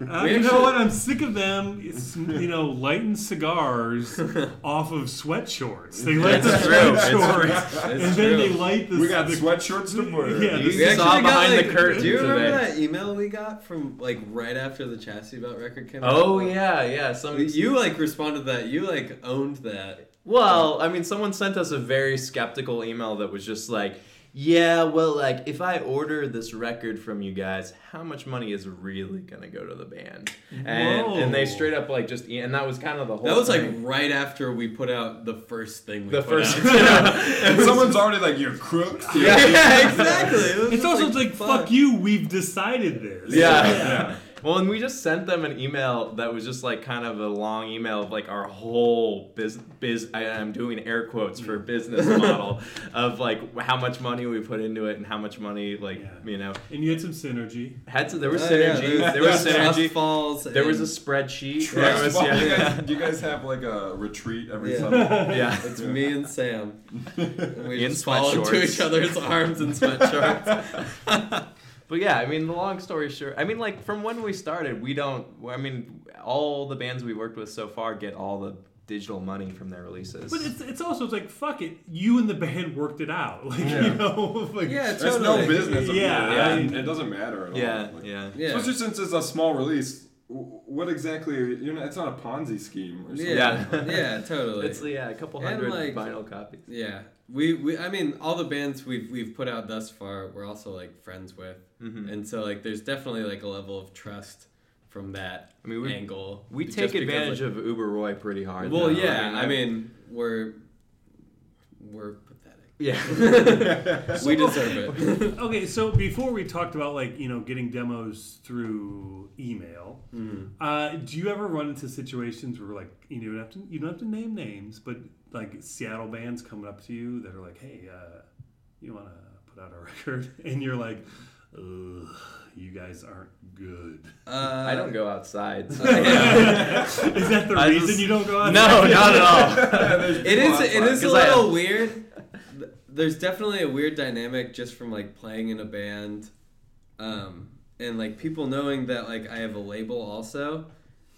D: Weren't
A: Uh, you know what? I'm sick of them. It's, you know, lighting cigars off of sweat shorts. They light the
D: It's true.
A: sweat
D: It's
A: shorts, and then they
C: true.
A: light the.
B: we got
A: Uh, the,
B: sweatshorts to wear.
A: Yeah,
D: You
A: the-
D: We actually saw behind the curtain
C: Do you remember
D: today.
C: that email we got from like right after the Chassis Belt record came out?
D: Oh yeah, yeah. Some
C: You like responded to that. You like owned that.
D: Well, I mean, someone sent us a very skeptical email that was just like, yeah, well, like, if I order this record from you guys, how much money is really gonna go to the band? And, and they
A: Whoa.
D: straight up, like, just, and that was kind of the whole
C: That was like
D: thing.
C: right after we put out the first thing. We
D: the
C: put
D: first.
C: Out.
B: And someone's already like, "You're crooks."
D: Yeah.
C: yeah, exactly. It was
A: It's
C: just
A: also like, fuck you. We've decided this.
D: Yeah.
B: Yeah.
D: Well, and we just sent them an email that was just like kind of a long email of like our whole biz biz. I, I'm doing air quotes for business model of like how much money we put into it and how much money like
A: Yeah.
D: you know
A: And you had some synergy.
D: had to, there was
C: Oh, yeah,
D: synergy. there
C: was
D: was synergy.
C: Trust falls.
D: There was a
C: and
D: spreadsheet.
B: Trust
D: There was,
B: fall.
D: yeah.
B: You guys, do you guys have like a retreat every
C: Yeah.
B: summer?
D: yeah.
C: It's me and Sam. And we
D: In
C: just fall into
D: sweatshorts.
C: each other's arms in sweatshorts.
D: But yeah, I mean, the long story short, I mean, like from when we started, we don't. I mean, all the bands we worked with so far get all the digital money from their releases.
A: But it's, it's also it's like fuck it. You and the band worked it out. Like you
B: Yeah.
A: know. Like,
C: yeah, totally.
B: That's no business. of
A: Yeah, I-
B: yours. And it doesn't matter at all.
D: yeah,
B: Like,
D: yeah,
C: Yeah.
B: Especially since it's a small release. w- What exactly? You're not, it's not a Ponzi scheme or something.
C: Yeah.
D: Yeah.
C: Yeah, totally.
D: It's yeah, a couple
C: And,
D: hundred
C: like-
D: vinyl copies.
C: Yeah, we, we I mean, all the bands we've we've put out thus far, we're also like friends with,
D: Mm-hmm.
C: and so like there's definitely like a level of trust from that
D: I mean, we-
C: angle.
D: We
C: Just
D: take
C: because,
D: advantage
C: like-
D: of Uber Roy pretty hard.
C: Well,
D: though.
C: yeah, I
D: I-
C: mean, we're we're pathetic.
D: yeah.
C: we deserve it.
A: Okay, so before we talked about like you know getting demos through email,
D: Mm-hmm.
A: uh, do you ever run into situations where like you don't have to you don't have to name names, but like Seattle bands coming up to you that are like, hey, uh, you want to put out a record, and you're like, Ugh, you guys aren't good.
C: Uh,
D: I don't go outside. so-
A: Is that the
D: I
A: reason
D: just-
A: you don't go out?
D: no, not at all.
C: It is. It is a
D: 'Cause I-
C: little weird. Th- There's definitely a weird dynamic just from like playing in a band, um, and like people knowing that like I have a label also,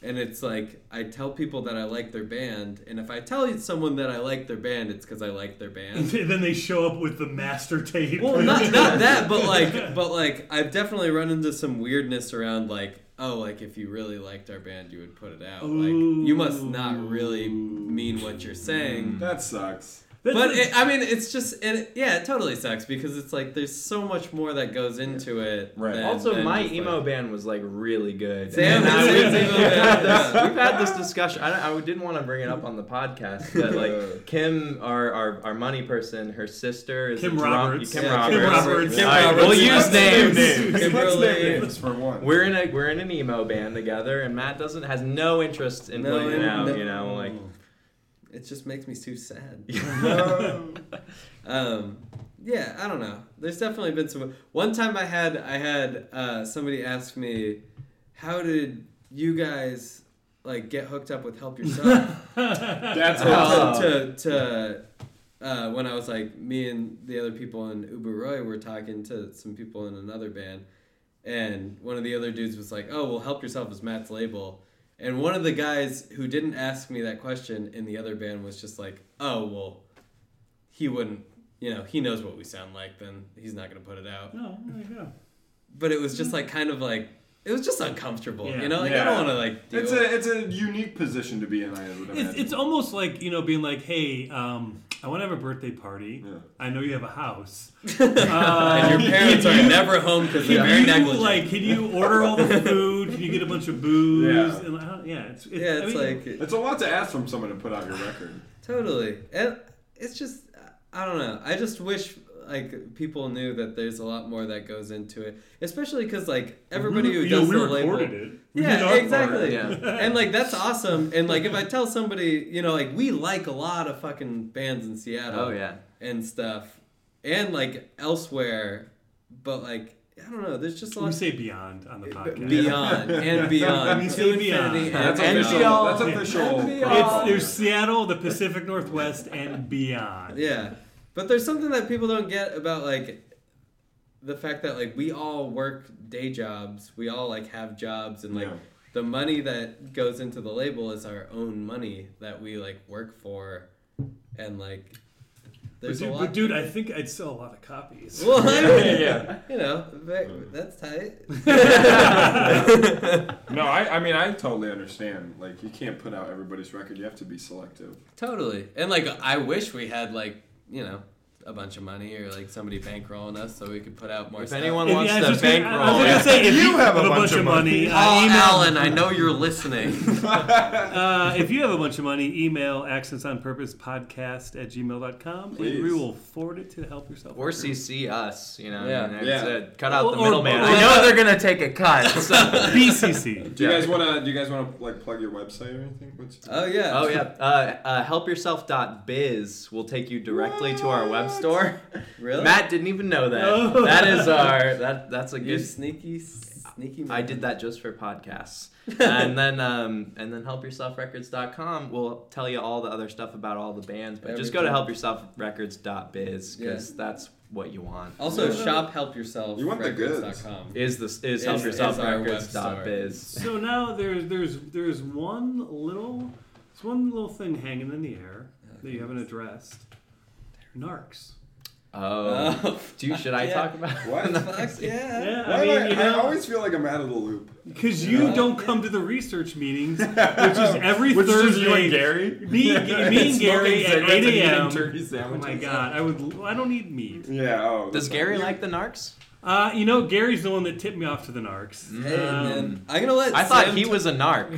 C: and it's like I tell people that I like their band, and if I tell someone that I like their band, it's because I like their band.
A: then they show up with the master tape.
C: Well, not not that, but like, but like I've definitely run into some weirdness around like. Oh, like if you really liked our band, you would put it out. Like you must not really mean what you're saying.
B: That sucks.
A: That's-
C: But it, I mean, it's just and it, yeah, it totally sucks because it's like there's so much more that goes into it.
B: Right.
C: than-
D: Also,
C: than
D: my
C: just, like-
D: emo band was like really good.
C: Sam-
D: And I- we-
C: Sam's
D: we've,
C: emo
D: had
C: band,
D: this,
C: yeah.
D: we've had this discussion. I, don't- I didn't want to bring it up on the podcast, but like Kim, our our, our money person, her sister is
A: Kim
D: a drum-
A: Roberts.
D: Kim
C: Yeah,
D: Roberts.
C: Kim
A: Roberts.
C: Kim
D: All right,
C: Roberts.
D: We'll use
B: Let's name
D: names.
B: names.
C: Kimberly.
B: Let's name names for one.
D: We're in a we're in an emo band together, and Matt doesn't has no interest in
C: No,
D: putting it
C: no.
D: out. You know, like
C: It just makes me too sad.
B: No.
C: um, yeah, I don't know. There's definitely been some. One time I had I had uh, somebody ask me, "How did you guys like get hooked up with Help Yourself?"
B: That's
D: Oh.
B: awesome.
C: to, to uh, when I was like me and the other people in Uber Roy were talking to some people in another band, and one of the other dudes was like, "Oh, well, help yourself is Matt's label." And one of the guys who didn't ask me that question in the other band was just like, "Oh, well, he wouldn't. You know, he knows what we sound like. Then he's not gonna put it out."
A: No, there you go.
C: But it was just like kind of like it was just uncomfortable.
A: Yeah.
C: You know, like I
B: Yeah.
C: don't want to like. Deal
B: It's a it's a unique position to be in. I would imagine.
A: It's, it's almost like you know being like, hey, um, I want to have a birthday party.
B: Yeah.
A: I know you have a house.
C: and your
A: Uh,
C: parents are never home because they're
A: can
C: very
A: you
C: negligent.
A: like? Can you order all the food? Can you get a bunch of booze?
B: Yeah.
A: And, I don't- yeah, it's, it's, I
C: yeah, it's
A: mean,
C: like
B: It's a lot to ask from someone to put out your record.
C: Totally. And it's just, I don't know. I just wish like people knew that there's a lot more that goes into it, especially because like everybody
A: we,
C: who
A: you
C: does
A: know, we
C: the label.
A: recorded it. We did
C: Yeah,
A: our
C: exactly.
D: part,
C: And like that's awesome. And like if I tell somebody, you know, like we like a lot of fucking bands in Seattle
D: oh yeah.
C: and stuff, and like elsewhere, but like I don't know. There's just a
A: We
C: lot
A: say beyond on the podcast.
C: beyond and beyond.
A: We
C: to
A: say
C: infinity
A: beyond.
C: and
B: That's
D: And
B: official.
D: NBL.
B: That's official.
A: It's, there's Seattle, the Pacific Northwest, and beyond.
C: Yeah. But there's something that people don't get about like the fact that like we all work day jobs. We all like have jobs and like
B: Yeah.
C: the money that goes into the label is our own money that we like work for and like
A: But
C: there's a
A: dude,
C: lot
A: but dude, I think I'd sell a lot of copies.
C: well, I mean,
B: yeah.
C: you know, but that's tight.
B: No, I, I mean I totally understand. Like you can't put out everybody's record. You have to be selective.
C: totally. And like I wish we had like, you know, a bunch of money or like somebody bankrolling us so we could put out more
D: If
C: stuff.
D: anyone
A: If-
D: wants
A: yeah, I was
D: to
A: just gonna- I was
D: bankroll,
A: gonna
D: yeah.
A: say, if
E: You have a
A: a
E: bunch
A: bunch
E: of
A: of money.
E: money.
A: uh,
C: Oh,
A: email-
C: Alan, I know you're listening.
A: Uh, if you have a bunch of money, email accents on purpose podcast at gmail.com and
B: Please.
A: we will forward it to help yourself.
D: Or CC us, you know.
C: Yeah.
D: and that's
B: Yeah.
D: it. Cut out
A: Or-
D: the
A: or-
D: middleman.
A: or-
D: I know they're gonna take a cut. so-
A: BCC.
B: Do you
D: Yeah.
B: guys wanna? Do you guys wanna like plug your website or anything? What's
C: Oh yeah.
D: Oh yeah, uh, uh, helpyourself.biz will take you directly to our web store.
C: Really?
D: Matt didn't even know that.
A: Oh.
D: That is our that that's a
C: You
D: good.
C: sneaky, sneaky.
D: I did that just for podcasts, and then um, and then helpyourselfrecords.com will tell you all the other stuff about all the bands. But just go to helpyourselfrecords.biz because
C: Yeah.
D: that's what you want.
C: Also, shop help yourself.
B: You want the goods.
C: records.com.
D: is this is
C: Is- is our web
D: helpyourselfrecords.biz.
A: so now there's there's there's one little there's one little thing hanging in the air that you haven't addressed. Narcs.
D: Oh,
C: Oh,
D: dude, should I
C: yeah.
D: talk about
B: What?
C: Fuck yeah.
A: Yeah,
B: Why
A: I
B: do
A: mean, you
B: I
A: know,
B: always feel like I'm out of the loop.
A: because you don't come to the research meetings, which is every
E: Which
A: Thursday.
E: is just you and Gary.
A: Me, me and Gary
E: Smoking cigarettes
A: at
E: and
A: 8
E: eating
A: a.m.
E: turkey
A: Oh
E: sandwiches.
A: my god, I would. I don't need meat.
B: Yeah. Oh.
D: Does
B: that's
D: Gary
B: fine.
D: like the Narcs?
A: Uh, you know, Gary's the one that tipped me off to the narcs.
C: Hey,
A: Um,
C: man. I'm gonna let.
D: I thought
C: Sam
D: he
C: t-
D: was a narc.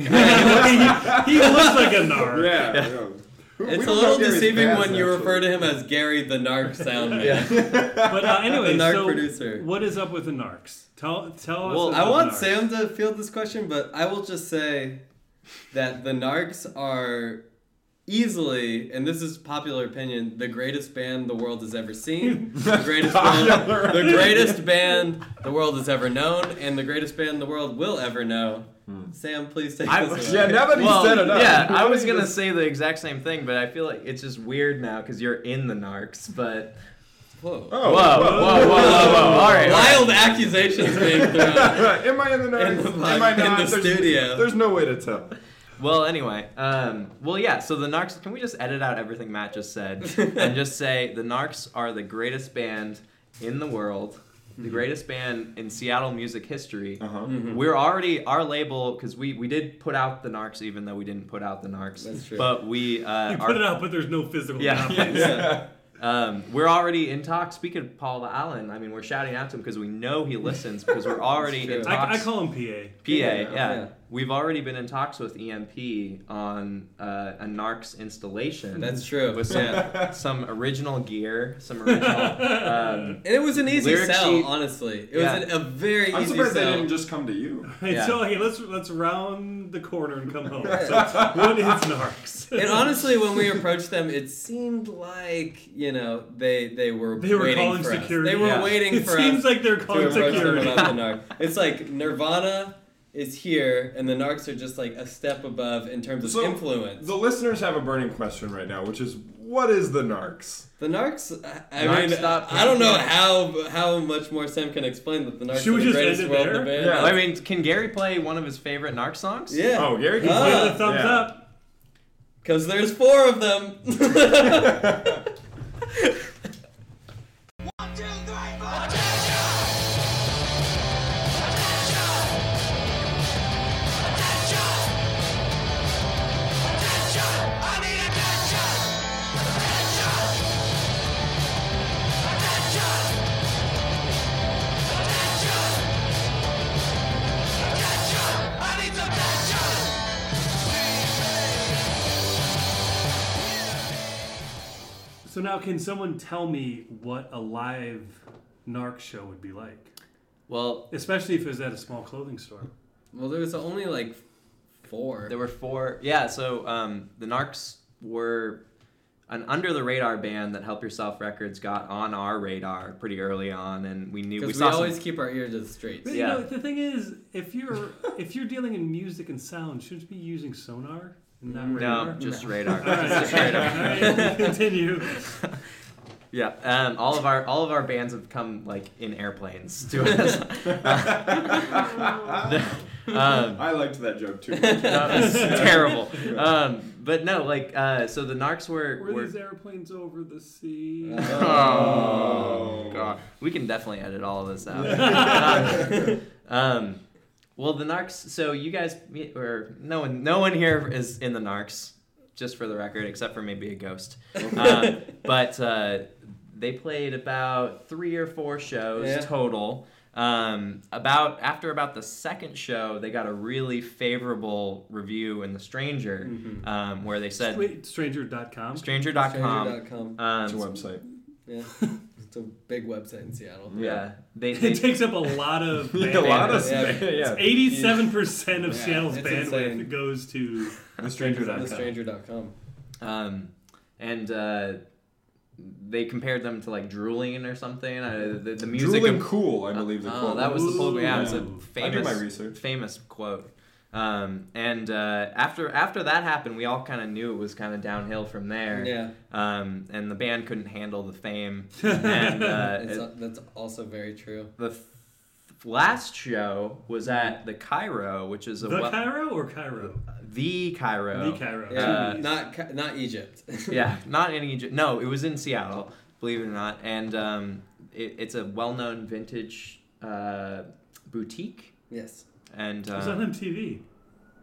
A: he, he looks like a narc.
B: Yeah. yeah. Who- we
C: It's a
B: don't
C: little
B: know Gary's
C: deceiving
B: past,
C: when you
B: actually.
C: refer to him as Gary the Narc Sound Man.
A: But uh, anyway,
C: The narc
A: so
C: producer.
A: what is up with the narcs? Tell tell us.
D: Well,
A: about
C: I want
A: the narcs.
C: Sam to field this question, but I will just say that the Narcs are easily, and this is popular opinion, the greatest band the world has ever seen, the greatest band, the greatest band the world has ever known, and the greatest band the world will ever know.
D: Hmm.
C: Sam, please take
D: I-
C: this.
B: Yeah.
C: away.
B: Now that he
D: Well,
B: said it up.
D: yeah, I was gonna say the exact same thing, but I feel like it's just weird now because you're in the narcs. But
C: Whoa.
B: Oh,
D: whoa, whoa, whoa, whoa, whoa! All right, all right.
C: Wild accusations being thrown.
B: Am I in the
C: In
B: nerds?
C: the
B: Am I
C: pod- in
B: not?
C: the
B: there's,
C: studio.
B: There's no way to tell.
D: Well, anyway, um, well, yeah. So the narcs. Can we just edit out everything Matt just said and just say the narcs are the greatest band in the world, the greatest band in Seattle music history.
B: Uh huh.
A: Mm-hmm.
D: We're already our label because we we did put out the narcs, even though we didn't put out the narcs.
C: That's true.
D: But we uh,
A: You
D: our-
A: put it out, but there's no physical.
D: Yeah.
A: copy.
C: Yeah.
D: Um, we're already in talks. Speaking of Paul Allen, I mean, we're shouting out to him because we know he listens because we're already in
C: true.
D: talks.
A: I, I call him PA.
D: PA, yeah.
C: Yeah.
D: We've already been in talks with EMP on uh, a Narcs installation.
C: That's true.
D: With some,
C: Yeah.
D: some original gear, some original. um,
C: And it was an easy
D: Lyric
C: sell,
D: sheet.
C: honestly. It
D: Yeah.
C: was an, a very
B: I'm
C: easy
B: surprised
C: sell.
B: they didn't just come to you.
A: And
D: Yeah.
A: So hey, let's let's round the corner and come home. So what is narcs?
C: And honestly, when we approached them, it seemed like you know they they were
A: they were
C: waiting
A: calling
C: for us.
A: security.
C: They were
D: Yeah.
C: waiting
A: It
C: for
A: seems
C: us
A: like they're
C: to
A: calling
C: approach them
A: security.
C: about the narc. It's like Nirvana is here, and the narcs are just like a step above in terms of
B: So,
C: influence.
B: The listeners have a burning question right now, which is, what is the narcs?
C: The narcs, I- I
D: Narcs
C: mean,
D: stop-
C: I don't know how how much more Sam can explain that the narcs
A: Should
C: are
A: we
C: the
A: just
C: greatest
A: end it
C: world
A: there?
C: of band.
B: Yeah.
D: I mean, can Gary play one of his favorite Narc songs?
C: Yeah.
B: Oh, Gary. can
C: Ah.
B: play
A: Give
B: it.
A: it a thumbs
B: Yeah.
A: up.
C: Because there's four of them.
A: So now, can someone tell me what a live narc show would be like?
D: Well,
A: Especially if it was at a small clothing store.
C: well, there was only like four.
D: There were four. Yeah, so um, the Narcs were an under the radar band that Help Yourself Records got on our radar pretty early on, and we knew we
C: Because we,
D: saw
C: always
D: some,
C: keep our ear to the streets.
A: But,
D: Yeah.
A: You know, the thing is, if you're if you're dealing in music and sound, shouldn't you be using sonar and not radar?
D: no, just
C: No.
D: radar,
A: All right.
D: just radar.
A: All right, Continue.
D: Yeah, um, all of our all of our bands have come like in airplanes to us. um,
B: I liked that joke too.
D: that was terrible. Um, but no, like uh, so the Narcs were
A: Were
D: were- Uh,
A: these airplanes over the sea?
D: Oh, God. We can definitely edit all of this out. um, well, the Narcs. So you guys, or no one, no one here is in the Narcs, just for the record, except for maybe a ghost. Um, but uh, they played about three or four shows
C: Yeah.
D: total. Um, about after about the second show, they got a really favorable review in the Stranger, um, where they said
A: Wait, stranger.com.
D: Stranger.com.
C: Stranger.com.
D: Um,
B: It's a website.
C: Yeah. It's a big website in Seattle.
D: yeah, they, they
A: It takes up a lot of
B: A lot of
C: Yeah.
B: yeah.
A: Eighty-seven percent of
C: Yeah,
A: Seattle's
C: it's
A: bandwidth
C: insane.
A: goes to
B: The stranger
C: The
B: dot com.
C: stranger.com.
D: Um, and uh, they compared them to like drooling or something. Uh, the, the music.
B: Drooling
D: of-
B: cool, I believe the
D: oh,
B: quote.
D: that was the quote. Yeah, it was a
A: Ooh.
B: I did
D: famous,
B: my research.
D: famous quote. Um, and uh, after after that happened, we all kind of knew it was kind of downhill from there.
C: Yeah.
D: Um, and the band couldn't handle the fame. and uh,
C: It's,
D: it-
C: al- that's also very true.
D: the f- last show was at the Cairo, which is a Uh,
A: the
D: wel-
A: Cairo or Cairo?
D: the Cairo.
A: The Cairo.
C: Yeah.
D: Uh,
C: not Ca- not Egypt.
D: yeah, not in Egypt. No, it was in Seattle, believe it or not. And um, it, it's a well-known vintage uh, boutique.
C: yes.
D: And
A: It was
D: uh,
A: on MTV.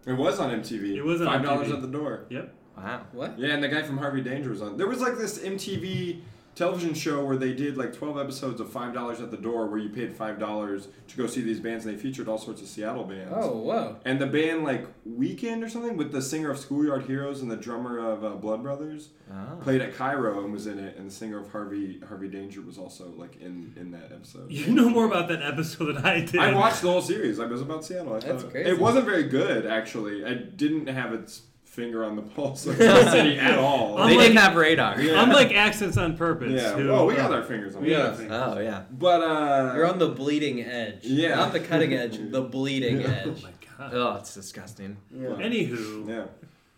B: It was on MTV.
A: It was on
B: Five dollars
A: MTV.
B: at the door.
A: Yep.
D: wow,
C: What?
B: Yeah, and the guy from Harvey Danger was on. There was like this MTV television show where they did like 12 episodes of five dollars at the door, where you paid five dollars to go see these bands, and they featured all sorts of Seattle bands.
C: Oh, whoa.
B: And the band like Weekend or something with the singer of Schoolyard Heroes and the drummer of uh, Blood Brothers
C: Ah.
D: oh.
B: played at Cairo and was in it, and the singer of Harvey Harvey Danger was also like in in that episode.
A: You know more about that episode than I did.
B: I watched the whole series. I was about Seattle. I
C: That's
B: thought
C: crazy.
B: It wasn't very good, actually. I didn't have its finger on the pulse of the city at all.
A: I'm
D: they
A: like-
D: didn't have radar.
B: Yeah.
A: Unlike Accents on Purpose.
B: yeah.
A: who-
B: well, we got our fingers on
C: Yeah.
B: it.
D: Oh yeah.
B: But uh,
C: You're on the bleeding edge.
B: Yeah.
C: Not the cutting edge, the bleeding edge.
A: Oh my god.
D: Oh, it's disgusting.
A: Anywho,
B: yeah.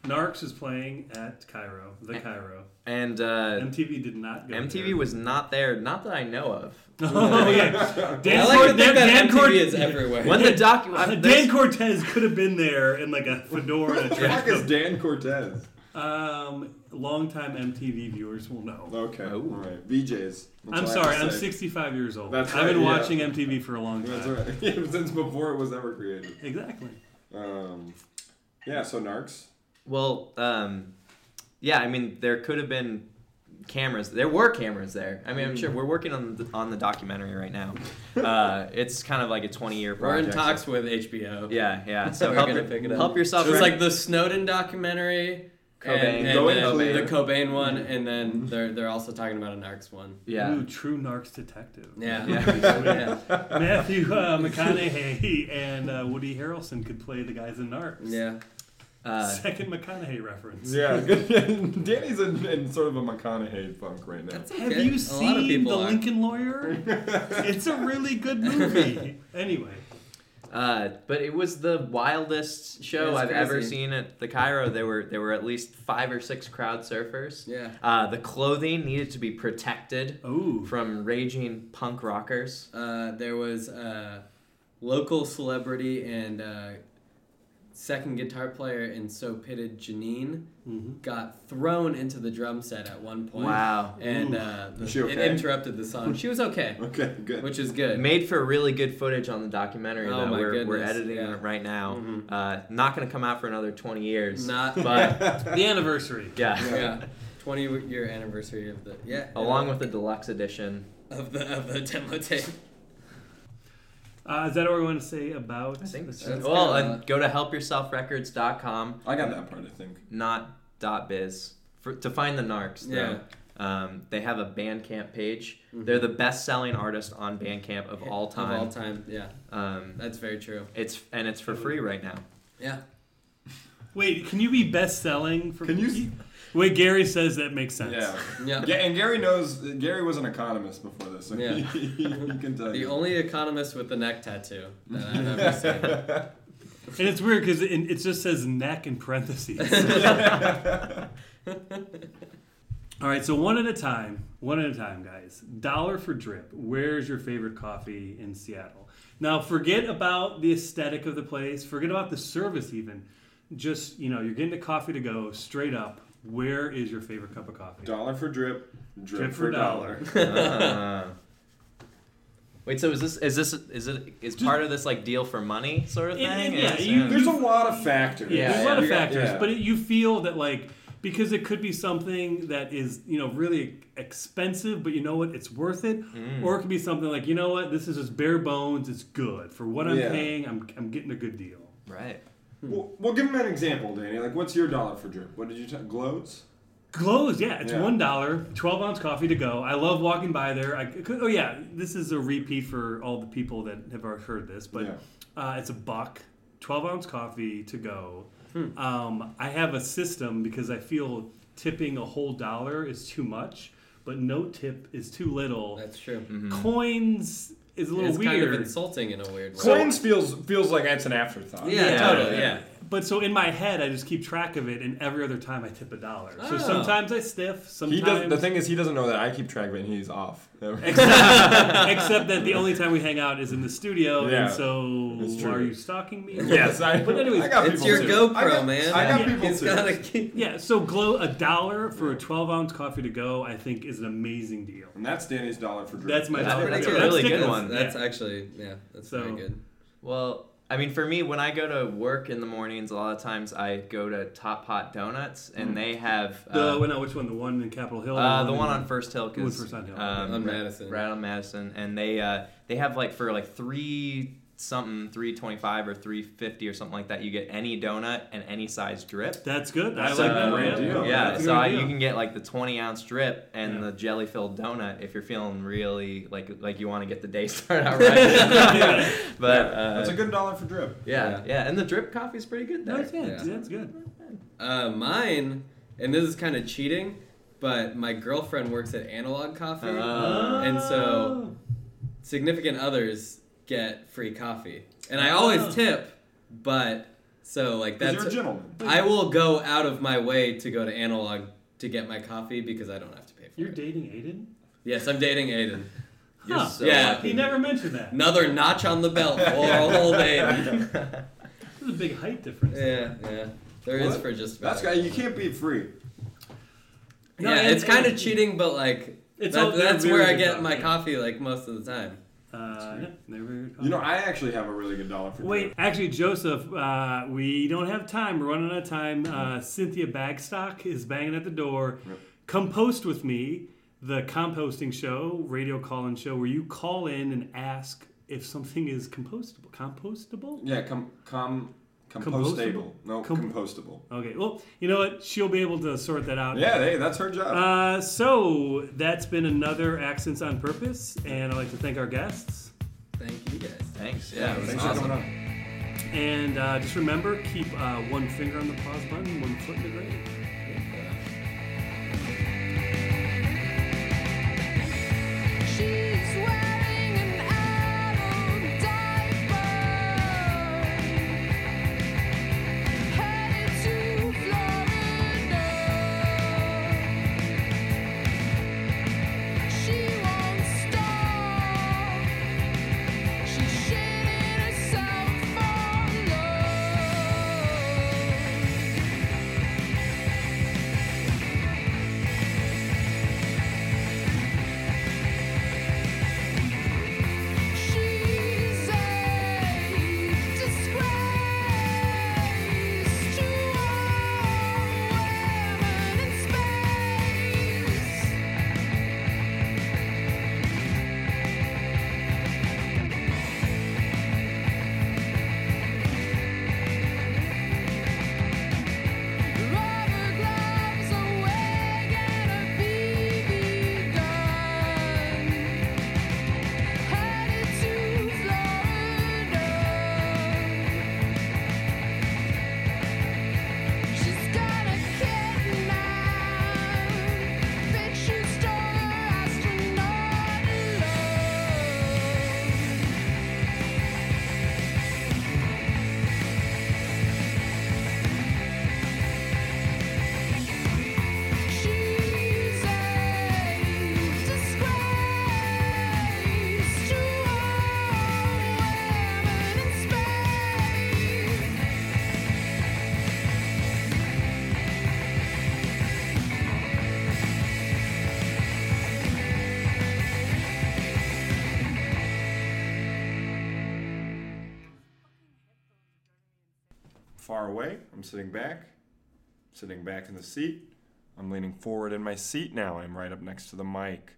A: Narcs is playing at Cairo, the Cairo.
D: And uh,
A: MTV did not go.
D: MTV
A: there.
D: was not there. Not that I know of.
A: Oh yeah. Dan,
C: I like
A: Cor-
C: to
A: Dan-
C: think
A: Dan
C: that MTV
A: Cor-
C: is everywhere.
D: When the doc,
A: Uh,
D: I-
A: Dan
D: there's-
A: Cortez could have been there in like a fedora and a
B: Who the
A: trench
B: fuck is
A: coat.
B: Dan Cortez?
A: Um, longtime MTV viewers will know.
B: Okay.
D: Oh.
B: All right. VJs. That's
A: I'm
B: all I
A: sorry,
B: have
A: I'm
B: to say.
A: 65 years old.
B: That's
A: I've been
B: right, yeah.
A: watching MTV for a long time.
B: That's all right. Since before it was ever created.
A: Exactly.
B: Um, yeah. So Narcs.
D: Well, um, yeah, I mean, there could have been cameras. There were cameras there. I mean, I'm sure we're working on the, on the documentary right now. Uh, it's kind of like a 20 year
C: We're
D: project.
C: in talks with HBO.
D: Yeah, yeah. So
C: We're
D: help,
C: gonna
D: your-
C: pick it up.
D: help yourself.
C: It was
D: right-
C: like the Snowden documentary.
D: Cobain. Mm-hmm.
C: And, and
B: Going
C: the,
B: Cobain.
C: the Cobain one, and then they're they're also talking about a Narcs one.
D: yeah.
A: Ooh, true Narcs detective.
C: Yeah.
D: Yeah.
C: yeah.
A: Matthew uh, McConaughey and uh, Woody Harrelson could play the guys in Narcs.
C: Yeah.
D: Uh,
A: Second McConaughey reference.
B: Yeah. Good. Danny's in, in sort of a McConaughey funk right now.
C: That's
A: Have
C: okay.
A: you
C: a lot of
A: seen
C: people
A: The
C: are.
A: Lincoln Lawyer? it's a really good movie. Anyway,
D: uh, but it was the wildest show
C: It's
D: I've ever
C: crazy.
D: seen at the Cairo. There were there were at least five or six crowd surfers.
C: Yeah.
D: Uh, the clothing needed to be protected
A: oh,
D: from raging punk rockers.
C: Uh, there was a local celebrity and uh, second guitar player in So Pitted Janine
A: Mm-hmm.
C: got thrown into the drum set at one point.
D: Wow.
C: And uh, the,
B: Is she okay?
C: it interrupted the song. She was okay,
B: Okay. Good.
C: which is good.
D: Made for really good footage on the documentary
C: Oh
D: that
C: my
D: we're, we're
C: goodness,
D: editing
C: yeah. Mm-hmm.
D: right now. Uh, not going to come out for another 20 years.
C: Not
D: But
A: the anniversary.
D: yeah.
C: yeah. 20 year anniversary of the yeah
D: Along with the deluxe edition.
C: of the of the demo tape.
A: Uh, is that all we want to say about? I
D: think
A: this.
C: That's
D: well,
C: kinda-
D: and go to helpyourselfrecords.com,
B: I got that part. I think.
D: not dot .biz, for, to find the Narcs. Though.
C: Yeah.
D: Um, they have a Bandcamp page. They're the best-selling artist on Bandcamp Mm-hmm. of all time.
C: Of all time, yeah,
D: Um,
C: that's very true.
D: it's and it's for free right now.
C: Yeah,
A: Wait, can you be best selling for?
B: Can you-
A: Wait, Gary says that makes sense.
B: Yeah.
C: Yeah.
B: Ga- and Gary knows. Gary was an economist before this, so
C: Yeah.
B: he, he can tell
C: The
B: you.
C: only economist with the neck tattoo that I've ever seen.
A: And it's weird because it, it just says neck in parentheses. All right, so one at a time, one at a time, guys. Dollar for drip. Where's your favorite coffee in Seattle? Now, forget about the aesthetic of the place, forget about the service, even. Just, you know, you're getting a coffee to go straight up. Where is your favorite cup of coffee?
B: dollar for drip, drip,
A: Drip
B: for
A: for
B: dollar.
D: Ah. Wait, so is this is this is it is part of this like deal for money sort of
A: It-
D: thing?
A: it- yeah,
D: Is-
A: you-
B: There's a lot of factors.
A: Yeah, there's a lot of
B: You got-
A: factors,
B: yeah.
A: but it, you feel that like because it could be something that is you know really expensive, but you know what, it's worth it.
B: Mm.
A: Or it could be something like you know what, this is just bare bones. It's good for what I'm
B: Yeah.
A: paying. I'm I'm getting a good deal.
D: right.
B: well, well, give him an example, Danny. Like, what's your dollar for drip? What did you tell? Glows?
A: Closed, yeah. It's
B: Yeah.
A: one dollar, twelve ounce coffee to go. I love walking by there. I could, oh yeah, this is a repeat for all the people that have already heard this, but
B: Yeah.
A: uh, it's a buck, twelve ounce coffee to go.
C: Hmm.
A: Um, I have a system because I feel tipping a whole dollar is too much, but no tip is too little.
C: That's true.
B: Mm-hmm. Hmm.
A: Coins is a little
C: It's
A: weird.
C: kind of insulting in a weird way.
B: Coins feels feels like that's an afterthought.
C: yeah,
A: Yeah.
C: totally. Yeah.
A: But so in my head, I just keep track of it, and every other time I tip a dollar.
C: Oh.
A: So sometimes I stiff. Sometimes
B: He does. The thing is, he doesn't know that I keep track of it, and he's off.
A: except, except that the only time we hang out is in the studio,
B: Yeah.
A: and so
B: That's true.
A: are you stalking me?
B: yes, I.
A: But anyways,
B: I got
C: It's
B: people
C: your
B: too.
C: GoPro,
B: I got-
C: man.
B: I got
A: Yeah.
B: people
C: It's
B: too.
C: gotta keep.
A: yeah. So glow a dollar for a twelve ounce coffee to go, I think, is an amazing deal.
B: and that's Danny's dollar for drip.
A: That's my
D: That's
A: dollar.
D: pretty
A: for
D: good.
A: drip.
D: Really
A: That's
D: good
A: stickers.
D: one.
A: Yeah.
C: That's actually yeah. That's
A: So-
C: very good.
D: Well, I mean, for me, when I go to work in the mornings, a lot of times I go to Top Pot Donuts, and they have
A: The
D: uh,
A: well, no, which one? The one in Capitol Hill.
D: uh, the
A: in-
D: one on First Hill,
A: The one
D: cause
A: First on Hill.
D: um,
C: On
D: right-
C: Madison.
D: right on Madison, and they uh, they have like for like three something, three twenty five or three fifty or something like that. You get any donut and any size drip.
A: That's good.
D: That's
A: I like
D: a
A: that.
B: great
A: yeah.
B: deal.
D: Yeah,
A: That's a
D: so
A: good
D: I,
A: deal.
D: you can get like the 20 ounce drip and
A: Yeah.
D: the jelly filled donut if you're feeling really like like you want to get the day started out right. but uh,
B: That's a good dollar for drip.
D: yeah, yeah, and the drip coffee's pretty good
A: No,
D: there.
A: it's good.
C: Yeah.
A: That's good.
C: Uh, mine, and this is kind of cheating, but my girlfriend works at Analog Coffee,
D: Uh.
C: and so significant others get free coffee, and I always tip, but so
B: 'Cause
C: like that's
B: You're a gentleman.
C: I will go out of my way to go to Analog to get my coffee because I don't have to pay for
A: you're
C: it.
A: dating Aiden.
C: yes, I'm dating Aiden.
D: You're
A: Huh.
D: so
C: Yeah.
D: lucky.
A: He never mentioned that.
C: Another notch on the belt for old Aiden.
A: There's a big height difference.
C: Yeah, yeah. There is for just about.
B: That's guy. You can't be free.
A: No,
C: yeah,
A: and-
C: it's kind of
A: and-
C: cheating, but like
A: It's
C: that-
A: all- they're
C: that's where I
A: very
C: get
A: good
C: my
A: coffee.
C: coffee like most of the time.
A: Uh, yeah, they're very good
B: You know, I actually have a really good dollar for
A: Wait,
B: drip.
A: actually, Joseph, uh, we don't have time. We're running out of time. Uh, Cynthia Bagstock is banging at the door. Come post with me, the composting show, radio call-in show, where you call in and ask if something is compostable. Compostable?
B: Yeah, com com compostable.
A: Compostable?
B: No,
A: Com-
B: compostable.
A: Okay. Well, you know what? She'll be able to sort that out.
B: Yeah, hey, that's her job.
A: Uh, so that's been another Accents on Purpose, and I'd like to thank our guests.
C: Thank you guys.
D: Thanks.
C: Yeah,
D: Yeah.
C: thanks.
B: Thanks for
C: awesome.
B: coming on.
A: And uh, just remember, keep uh, one finger on the pause button, one foot in the grave.
G: She's wearing an adult diaper, headed to Florida. She won't stop. She's shitting herself for love.
B: far away. I'm sitting back, sitting back in the seat. I'm leaning forward in my seat now. I'm right up next to the mic.